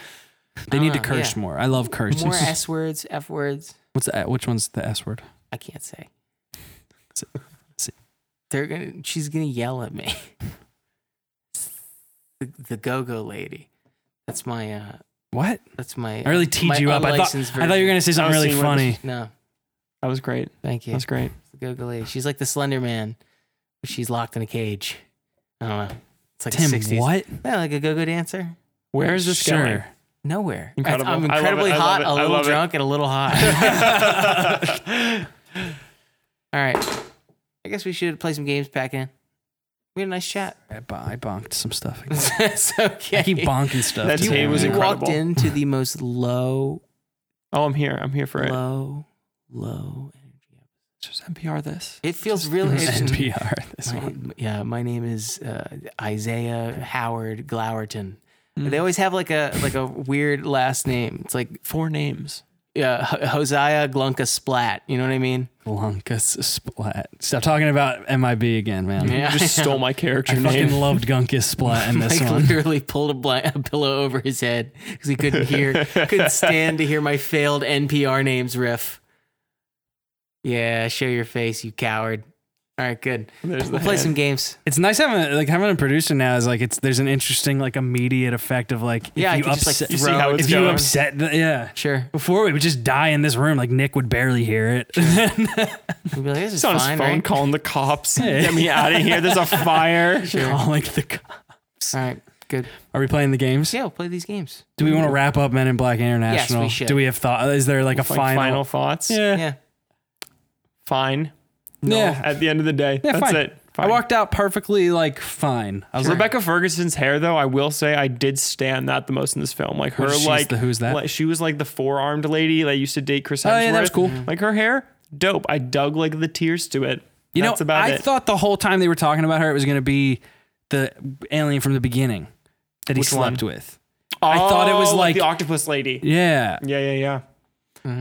Speaker 1: They need to
Speaker 2: Ah,
Speaker 1: curse
Speaker 2: yeah.
Speaker 1: more. I love curses.
Speaker 2: interesting. more s words, f words.
Speaker 1: What's the, which one's the S word?
Speaker 2: I can't say.
Speaker 1: S- s-
Speaker 2: They're gonna. She's gonna yell at me. the, the go go lady. That's my. uh
Speaker 1: What?
Speaker 2: That's my.
Speaker 1: I really teed
Speaker 2: my
Speaker 1: you up. I thought, I
Speaker 2: unlicensed
Speaker 1: thought you were
Speaker 2: version.
Speaker 1: gonna say something
Speaker 3: I was
Speaker 1: really
Speaker 3: seeing where
Speaker 1: funny.
Speaker 2: No,
Speaker 3: That was great.
Speaker 2: thank you.
Speaker 3: That's great.
Speaker 2: The go-go lady. She's like the Slender Man, but she's locked in a cage. I don't know. It's like
Speaker 1: Tim,
Speaker 2: the 60s.
Speaker 1: what?
Speaker 2: Yeah, like a go-go dancer.
Speaker 3: Where is this
Speaker 1: sure.
Speaker 3: going?
Speaker 2: nowhere.
Speaker 3: Incredible.
Speaker 2: I'm
Speaker 3: I love it.
Speaker 2: incredibly
Speaker 3: I love
Speaker 2: hot,
Speaker 3: it.
Speaker 2: a
Speaker 3: I
Speaker 2: little
Speaker 3: love it.
Speaker 2: drunk, and a little
Speaker 3: (laughs)
Speaker 2: hot. (laughs) All right. I guess we should play some games back in. We had a nice chat. (laughs)
Speaker 1: I, bon- I bonked some stuff.
Speaker 2: That's okay.
Speaker 1: I keep bonking stuff.
Speaker 3: That's-
Speaker 1: today,
Speaker 3: it was
Speaker 1: man.
Speaker 2: you walked
Speaker 3: incredible.
Speaker 2: into the most low,
Speaker 3: Oh, I'm here. I'm here for it.
Speaker 2: low, low energy.
Speaker 3: Just NPR this.
Speaker 2: It feels really.
Speaker 1: NPR. This
Speaker 2: My-
Speaker 1: one.
Speaker 2: yeah, my name is uh, Isaiah Howard Glowerton.
Speaker 3: Hmm.
Speaker 2: They always have like a like a weird last name. It's like
Speaker 3: Four names.
Speaker 2: yeah, Ho- Hosea Glunka Splat. You know what I mean?
Speaker 1: Glunkus Splat. Stop talking about MIB again, man.
Speaker 2: Yeah.
Speaker 1: (laughs)
Speaker 3: You just stole my character
Speaker 1: I fucking
Speaker 3: name.
Speaker 1: loved Gunkus Splat
Speaker 2: (laughs)
Speaker 1: in this
Speaker 2: Mike
Speaker 1: one.
Speaker 2: literally pulled a, bli- a pillow over his head because he couldn't
Speaker 3: (laughs)
Speaker 2: hear, couldn't stand to hear my failed NPR names riff. Yeah, show your face, you coward. All right, good.
Speaker 3: There's
Speaker 2: We'll
Speaker 3: the
Speaker 2: play
Speaker 3: hand.
Speaker 2: some games.
Speaker 1: It's nice having a, like having a producer now. Is like it's there's an interesting like immediate effect of like if
Speaker 2: Yeah, I
Speaker 1: you
Speaker 2: can just,
Speaker 1: upset
Speaker 2: like,
Speaker 3: You see how it's
Speaker 1: if you
Speaker 3: going.
Speaker 1: upset the, yeah.
Speaker 2: Sure.
Speaker 1: Before we would just die in this room. Like Nick would barely hear (laughs) it.
Speaker 2: We'll be like, this is
Speaker 3: He's on his
Speaker 2: fine,
Speaker 3: phone
Speaker 2: right?
Speaker 3: calling
Speaker 1: (laughs)
Speaker 3: the cops. Get me out of here. There's a fire.
Speaker 1: Calling the. co-
Speaker 2: All right, good.
Speaker 1: Are we playing the games?
Speaker 2: So yeah, we'll play these games.
Speaker 1: Do we want to wrap up Men in Black International?
Speaker 2: should.
Speaker 1: Do we have thought? Is there like a
Speaker 3: Like,
Speaker 1: final?
Speaker 3: final thoughts.
Speaker 1: Yeah.
Speaker 3: (laughs)
Speaker 2: Yeah.
Speaker 3: Fine.
Speaker 1: Yeah.
Speaker 3: At the end of the day,
Speaker 1: Yeah,
Speaker 3: that's
Speaker 1: fine.
Speaker 3: it.
Speaker 1: I
Speaker 3: Fine.
Speaker 1: walked out perfectly, like fine. I was like,
Speaker 3: Rebecca Ferguson's hair, though, I will say I did stand that the most in this film. Like her,
Speaker 1: She's
Speaker 3: like
Speaker 1: the- who's that?
Speaker 3: Like, she was like the four armed lady that used to date Chris Hemsworth.
Speaker 1: Oh, yeah, that was cool.
Speaker 3: Like her hair, dope. I dug like the tears to it.
Speaker 1: you know,
Speaker 3: That's about
Speaker 1: I
Speaker 3: it.
Speaker 1: thought the whole time they were talking about her, it was going to be the alien from the beginning that he
Speaker 3: Which
Speaker 1: slept
Speaker 3: one?
Speaker 1: with. I thought it was
Speaker 3: Oh,
Speaker 1: like-
Speaker 3: the octopus lady.
Speaker 1: Yeah,
Speaker 3: Yeah, yeah, yeah.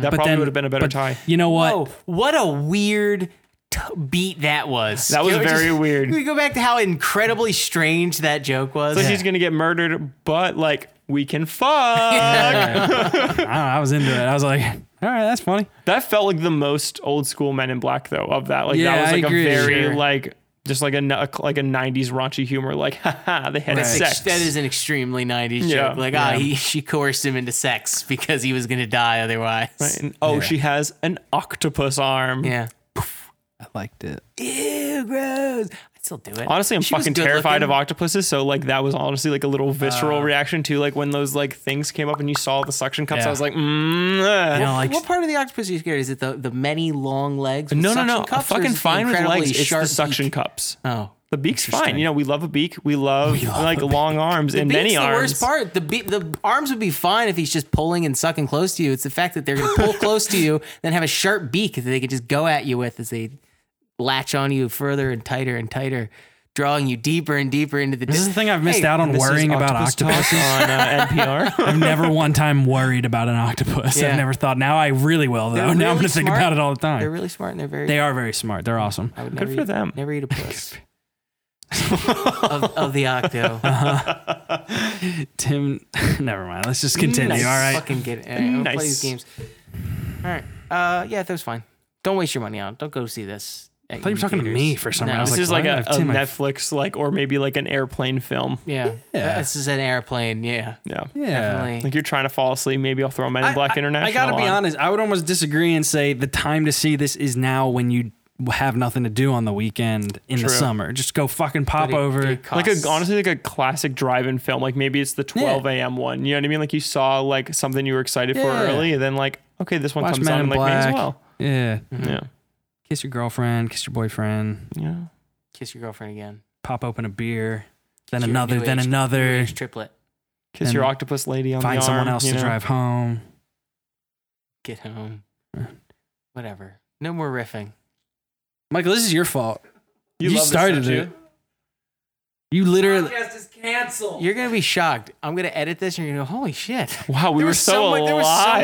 Speaker 3: That probably
Speaker 1: then-
Speaker 3: would have been a better
Speaker 1: but
Speaker 3: tie.
Speaker 1: You know what?
Speaker 2: Oh, what a weird t- beat that was.
Speaker 3: That was
Speaker 2: Can we
Speaker 3: very weird.
Speaker 2: Can we go back to how incredibly strange that joke was?
Speaker 3: So she's gonna get murdered, but like we can fuck.
Speaker 1: I, don't know, I was into it. I was like, (laughs) all right, that's funny.
Speaker 3: that felt like the most old school Men in Black though of that. Like
Speaker 1: Yeah,
Speaker 3: that was
Speaker 1: I
Speaker 3: like
Speaker 1: agree.
Speaker 3: a very
Speaker 1: Sure.
Speaker 3: like just like a n- like a '90s raunchy humor. Like (laughs) haha, they had
Speaker 2: That's
Speaker 3: sex.
Speaker 2: ex- that is an extremely 90s
Speaker 3: Yeah,
Speaker 2: joke. Like, ah, he, she coerced him into sex because he was going to die otherwise.
Speaker 3: Right, and, oh, she has an octopus arm.
Speaker 2: Yeah.
Speaker 1: I liked it.
Speaker 2: Ew, gross. I'd still do it.
Speaker 3: Honestly, I'm
Speaker 2: She was
Speaker 3: fucking
Speaker 2: good
Speaker 3: terrified of
Speaker 2: looking. Uh.
Speaker 3: octopuses. So like that was honestly like a little visceral reaction to like when those like things came up and you saw the suction cups.
Speaker 1: Yeah.
Speaker 3: I was like, mm, uh.
Speaker 1: You know, like
Speaker 2: What part of the octopus are you scared? Is it the, the many long legs? With
Speaker 3: no, no,
Speaker 2: suction
Speaker 3: no. I'm
Speaker 2: Cups, or is
Speaker 3: fucking
Speaker 2: it the
Speaker 3: fine with
Speaker 2: incredibly
Speaker 3: legs. It's
Speaker 2: sharp
Speaker 3: the suction
Speaker 2: beak?
Speaker 3: cups.
Speaker 2: Oh.
Speaker 3: The beak's fine. You know, we love a beak. We love,
Speaker 1: love
Speaker 3: like
Speaker 1: a
Speaker 3: long arms and many
Speaker 2: Beak's the
Speaker 3: arms.
Speaker 2: worst part. The be- the arms would be fine if he's just pulling and sucking close to you. It's the fact that they're going
Speaker 1: (laughs)
Speaker 2: to pull close to you, then have a sharp beak that they could just go at you with as they latch on you further and tighter and tighter, drawing you deeper and deeper into the.
Speaker 1: this is the thing I've missed out on
Speaker 3: This is
Speaker 1: worrying about
Speaker 3: Octopus
Speaker 1: octopus.
Speaker 3: Talk (laughs) on uh,
Speaker 2: (laughs)
Speaker 1: (laughs)
Speaker 3: NPR.
Speaker 1: I've never one time worried about an octopus.
Speaker 2: Yeah.
Speaker 1: I've never thought. Now I really will though.
Speaker 2: They're
Speaker 1: now I'm
Speaker 2: really
Speaker 1: gonna think
Speaker 2: smart.
Speaker 1: about it all the time.
Speaker 2: They're really smart and they're very.
Speaker 1: they are very smart. They're awesome.
Speaker 2: I would
Speaker 3: Good
Speaker 2: never
Speaker 3: for
Speaker 2: eat,
Speaker 3: them.
Speaker 2: Never eat a puss. (laughs) of, of the
Speaker 1: (laughs)
Speaker 2: octo.
Speaker 1: Tim, (laughs) never mind. Let's just continue.
Speaker 2: Nice.
Speaker 1: All right.
Speaker 2: Fucking get it. All right, we'll play these
Speaker 3: Nice.
Speaker 2: games. All right. Uh, yeah, that was fine. Don't waste your money on. it. Don't go see this. I
Speaker 1: thought you were talking to me for some reason. I was
Speaker 3: this
Speaker 1: like,
Speaker 3: is like
Speaker 1: why did
Speaker 3: a,
Speaker 1: I have
Speaker 3: a
Speaker 1: Tim? I-
Speaker 3: Netflix, like, or maybe like an airplane film.
Speaker 2: Yeah.
Speaker 1: Yeah.
Speaker 2: This is an airplane. Yeah.
Speaker 3: Yeah.
Speaker 1: Yeah.
Speaker 2: Definitely.
Speaker 3: Like you're trying to fall asleep. Maybe I'll throw Men in Black International.
Speaker 1: I gotta be
Speaker 3: on.
Speaker 1: honest. I would almost disagree and say the time to see this is now when you have nothing to do on the weekend in the
Speaker 3: True.
Speaker 1: summer. Just go fucking pop
Speaker 2: But it-
Speaker 1: over.
Speaker 2: it
Speaker 3: Like a,
Speaker 2: costs-
Speaker 3: honestly, like a classic drive-in film. Like maybe it's the 12 a.m. one. You know what I mean? Like you saw like something you were excited
Speaker 1: Yeah.
Speaker 3: for early, and then like, okay, this one
Speaker 1: watch
Speaker 3: comes
Speaker 1: Men
Speaker 3: on.
Speaker 1: in
Speaker 3: and like may
Speaker 1: Black.
Speaker 3: as well.
Speaker 1: Yeah.
Speaker 2: mm-hmm.
Speaker 3: Yeah.
Speaker 1: Kiss your girlfriend. Kiss your boyfriend.
Speaker 3: Yeah.
Speaker 2: kiss your girlfriend again.
Speaker 1: Pop open a beer. Then
Speaker 2: Your
Speaker 1: another.
Speaker 2: new
Speaker 1: Then
Speaker 2: age- new
Speaker 1: another.
Speaker 2: age triplet.
Speaker 3: Kiss
Speaker 1: And
Speaker 3: your octopus lady on
Speaker 1: Find
Speaker 3: the arm.
Speaker 1: someone else
Speaker 3: you
Speaker 1: to
Speaker 3: know?
Speaker 1: drive home.
Speaker 2: Get home.
Speaker 1: Right.
Speaker 2: Whatever. No more riffing.
Speaker 1: Michael, this is your fault. You
Speaker 3: love this,
Speaker 1: started
Speaker 3: don't
Speaker 1: it.
Speaker 3: you?
Speaker 1: You literally.
Speaker 2: You're gonna be shocked. I'm gonna edit this, and you're gonna go, "Holy shit!"
Speaker 3: Wow, we
Speaker 2: There
Speaker 3: were
Speaker 2: was
Speaker 3: so,
Speaker 2: so much,
Speaker 3: alive.
Speaker 2: there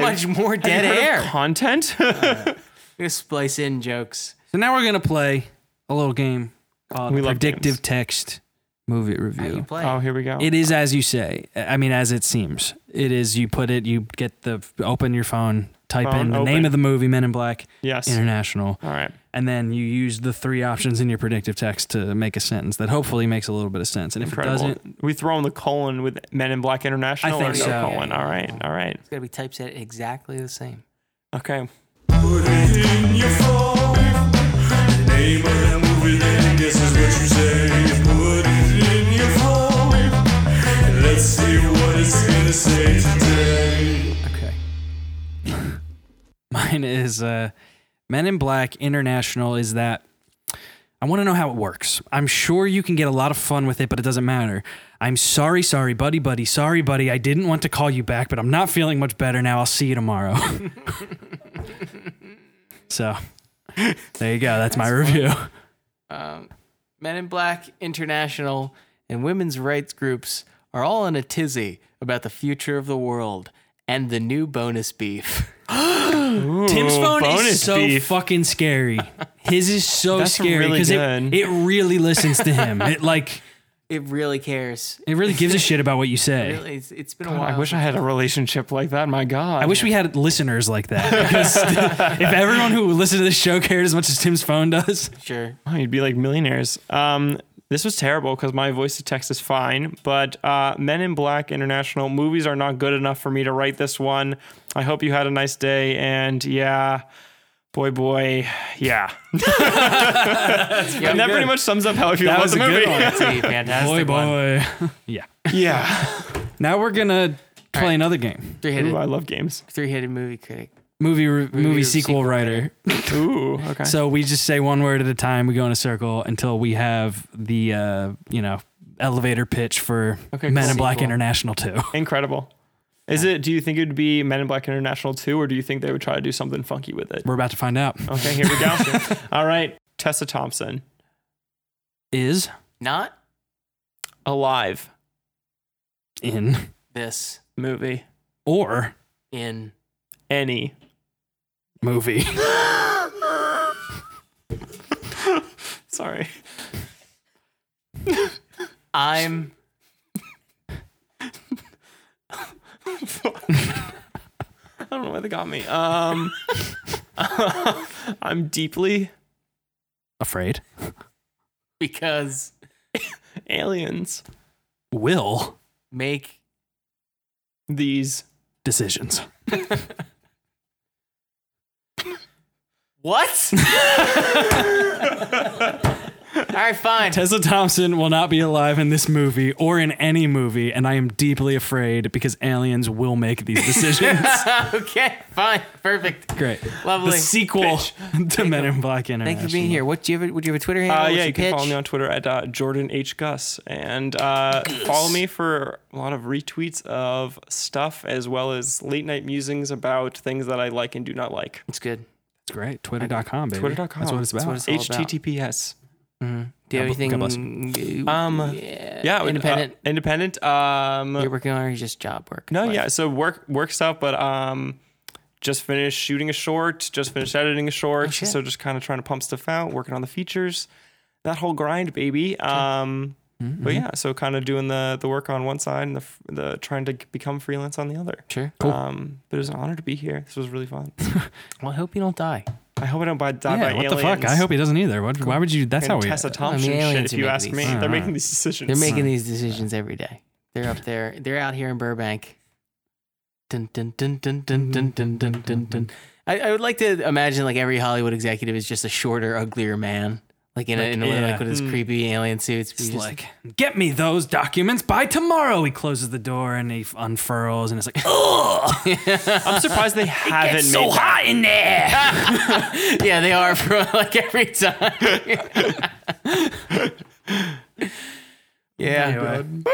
Speaker 2: was
Speaker 3: (laughs)
Speaker 2: so much more
Speaker 3: Have you
Speaker 2: dead
Speaker 3: heard of
Speaker 2: air.
Speaker 1: (laughs)
Speaker 2: I'm
Speaker 3: content.
Speaker 2: gonna splice in jokes.
Speaker 1: So now we're gonna play a little game called
Speaker 3: We love
Speaker 1: Predictive
Speaker 3: games.
Speaker 1: Text Movie
Speaker 2: How do you
Speaker 1: Review.
Speaker 2: play?
Speaker 3: oh, here we go.
Speaker 1: It is as you say. I mean, as it seems. It is. You put it. You get the open your phone. Type
Speaker 3: Phone
Speaker 1: in the
Speaker 3: open.
Speaker 1: name of the movie, Men in Black
Speaker 3: yes.
Speaker 1: International,
Speaker 3: All right.
Speaker 1: and then you use the three options in your predictive text to make a sentence that hopefully makes a little bit of sense. And if it
Speaker 3: Incredible.
Speaker 1: doesn't,
Speaker 3: We throw in the colon with Men in Black International
Speaker 1: I think
Speaker 3: or
Speaker 1: so.
Speaker 3: no colon. All right. All right.
Speaker 2: it's gonna be typeset exactly the same.
Speaker 3: Okay.
Speaker 4: Put it in your phone. Name of that movie, then guess is what you say. Put it in your phone. Let's see what it's gonna say today.
Speaker 1: uh, Men in Black International is that I want to know how it works. I'm sure you can get a lot of fun with it, but it doesn't matter. I'm sorry, sorry, buddy, buddy, sorry, buddy. I didn't want to call you back, but I'm not feeling much better now. I'll see you tomorrow. (laughs) so there you go. That's my review.
Speaker 2: Men in Black International and women's rights groups are all in a tizzy about the future of the world and the new bonus beef. (laughs)
Speaker 1: Tim's phone
Speaker 3: bonus
Speaker 1: is so
Speaker 3: beef.
Speaker 1: fucking scary. His is so
Speaker 3: That's
Speaker 1: scary
Speaker 3: really
Speaker 1: because it,
Speaker 3: good.
Speaker 1: it really listens to him. It like
Speaker 2: It really cares.
Speaker 1: it really gives a shit about what you say.
Speaker 2: Really, it's, it's been a while.
Speaker 3: I wish I had a relationship like that. My God.
Speaker 1: I wish we had listeners like that because (laughs) if everyone who listened to this show cared as much as Tim's phone does,
Speaker 2: sure.
Speaker 3: Oh, you'd be like millionaires. Um, this was terrible because my voice to text is fine, but uh, Men in Black International movies are not good enough for me to write this one. I hope you had a nice day, and yeah, boy, boy,
Speaker 1: (laughs)
Speaker 3: yeah. and that pretty much sums up how I feel
Speaker 1: That
Speaker 3: about
Speaker 1: was
Speaker 3: the
Speaker 1: a
Speaker 3: movie.
Speaker 1: good one.
Speaker 2: That's a fantastic
Speaker 1: boy,
Speaker 2: one.
Speaker 1: boy, yeah.
Speaker 3: (laughs) yeah,
Speaker 1: Now we're gonna play
Speaker 2: right.
Speaker 1: another game.
Speaker 3: Ooh,
Speaker 2: Three-headed,
Speaker 3: I love games.
Speaker 2: three-headed movie critic.
Speaker 1: Movie re- movie,
Speaker 2: Movie
Speaker 1: sequel,
Speaker 2: sequel
Speaker 1: writer.
Speaker 3: Ooh, okay.
Speaker 1: So we just say one word at a time. We go in a circle until we have the uh, you know elevator pitch for
Speaker 3: Okay,
Speaker 1: Men
Speaker 3: cool.
Speaker 1: in Black
Speaker 2: Sequel.
Speaker 1: International Two. (laughs)
Speaker 3: Incredible. Is it? Do you think it would be Men in Black International two, or do you think they would try to do something funky with it?
Speaker 1: We're about to find out.
Speaker 3: Okay, here we
Speaker 1: (laughs)
Speaker 3: go. All right, Tessa Thompson,
Speaker 1: Is
Speaker 2: Not
Speaker 3: alive
Speaker 1: in
Speaker 2: this
Speaker 3: movie.
Speaker 1: or
Speaker 2: in
Speaker 3: Any
Speaker 1: movie. (laughs)
Speaker 3: Sorry. (laughs)
Speaker 2: I'm
Speaker 3: I don't know why they got me. Um, (laughs) I'm deeply
Speaker 1: Afraid.
Speaker 2: because
Speaker 3: aliens.
Speaker 1: Will
Speaker 2: make
Speaker 3: These
Speaker 1: decisions.
Speaker 2: what? (laughs) All right,
Speaker 3: (laughs)
Speaker 2: fine. (laughs)
Speaker 1: Tessa Thompson will not be alive in this movie or in any movie, and I am deeply afraid because aliens will make these decisions.
Speaker 2: okay, fine, perfect.
Speaker 1: Great.
Speaker 2: Lovely.
Speaker 1: The sequel (laughs) to Men in Black International.
Speaker 2: Thank you for being here. What do you have? a- Would you have a Twitter handle?
Speaker 3: Uh,
Speaker 2: What's
Speaker 3: yeah,
Speaker 2: your
Speaker 3: you can
Speaker 2: pitch?
Speaker 3: follow me on Twitter at uh, Jordan H Gus, and uh, follow me for a lot of retweets of stuff as well as late night musings about things that I like and do not like.
Speaker 2: It's good.
Speaker 1: It's great. Twitter.com, baby.
Speaker 3: Twitter.com.
Speaker 1: That's what it's about.
Speaker 2: what it's all about.
Speaker 3: HTTPS. Mm-hmm.
Speaker 2: Do you
Speaker 1: God
Speaker 2: have
Speaker 1: bl- God bless
Speaker 2: anything?
Speaker 3: Um,
Speaker 2: yeah,
Speaker 3: Yeah, uh,
Speaker 2: independent.
Speaker 3: independent. Um,
Speaker 2: you're working on or just job work?
Speaker 3: No,
Speaker 2: Life?
Speaker 3: yeah. So work work stuff, but um, just finished shooting a short, just finished editing a
Speaker 1: Oh,
Speaker 3: short.
Speaker 2: shit.
Speaker 3: so just kind of trying to pump stuff out, working on the features, that whole grind, baby. Um,
Speaker 1: Mm-hmm.
Speaker 3: but yeah, so kind of doing the the work on one side and the f- the trying to become freelance on the other.
Speaker 2: Sure.
Speaker 3: Um, but it was an honor to be here. This was really fun.
Speaker 2: Well, I hope you don't die.
Speaker 3: I hope I don't buy, die by
Speaker 1: Yeah, what
Speaker 3: aliens.
Speaker 1: the fuck? I hope he doesn't either. What, why would you? That's how
Speaker 3: and
Speaker 1: we. uh,
Speaker 3: Tessa
Speaker 2: mean,
Speaker 3: Thompson shit.
Speaker 2: aliens
Speaker 3: If
Speaker 2: are
Speaker 3: you
Speaker 2: making
Speaker 3: ask
Speaker 1: (laughs)
Speaker 3: me,
Speaker 2: these-
Speaker 3: they're making these decisions.
Speaker 2: They're making these decisions every day. They're up there. They're out here in Burbank. Dun, dun, dun, dun, dun, dun, dun, dun, dun, dun. I, I would like to imagine like every Hollywood executive is just a shorter, uglier man, like in a, in a,
Speaker 1: yeah. Hmm.
Speaker 2: like with his creepy alien suits.
Speaker 1: It's
Speaker 2: Just-
Speaker 1: like, get me those documents by tomorrow. He closes the door and he f- unfurls, and it's like, ugh,
Speaker 3: I'm surprised they haven't
Speaker 1: it's so
Speaker 3: made. that.
Speaker 1: hot in
Speaker 2: (laughs)
Speaker 1: there.
Speaker 2: (laughs) yeah, they are for (laughs) like
Speaker 1: (laughs)
Speaker 2: every time. (laughs) yeah.
Speaker 1: Anyway,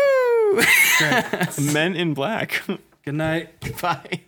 Speaker 2: Woo!
Speaker 3: Men in Black. (laughs)
Speaker 1: good night.
Speaker 2: (laughs) Bye.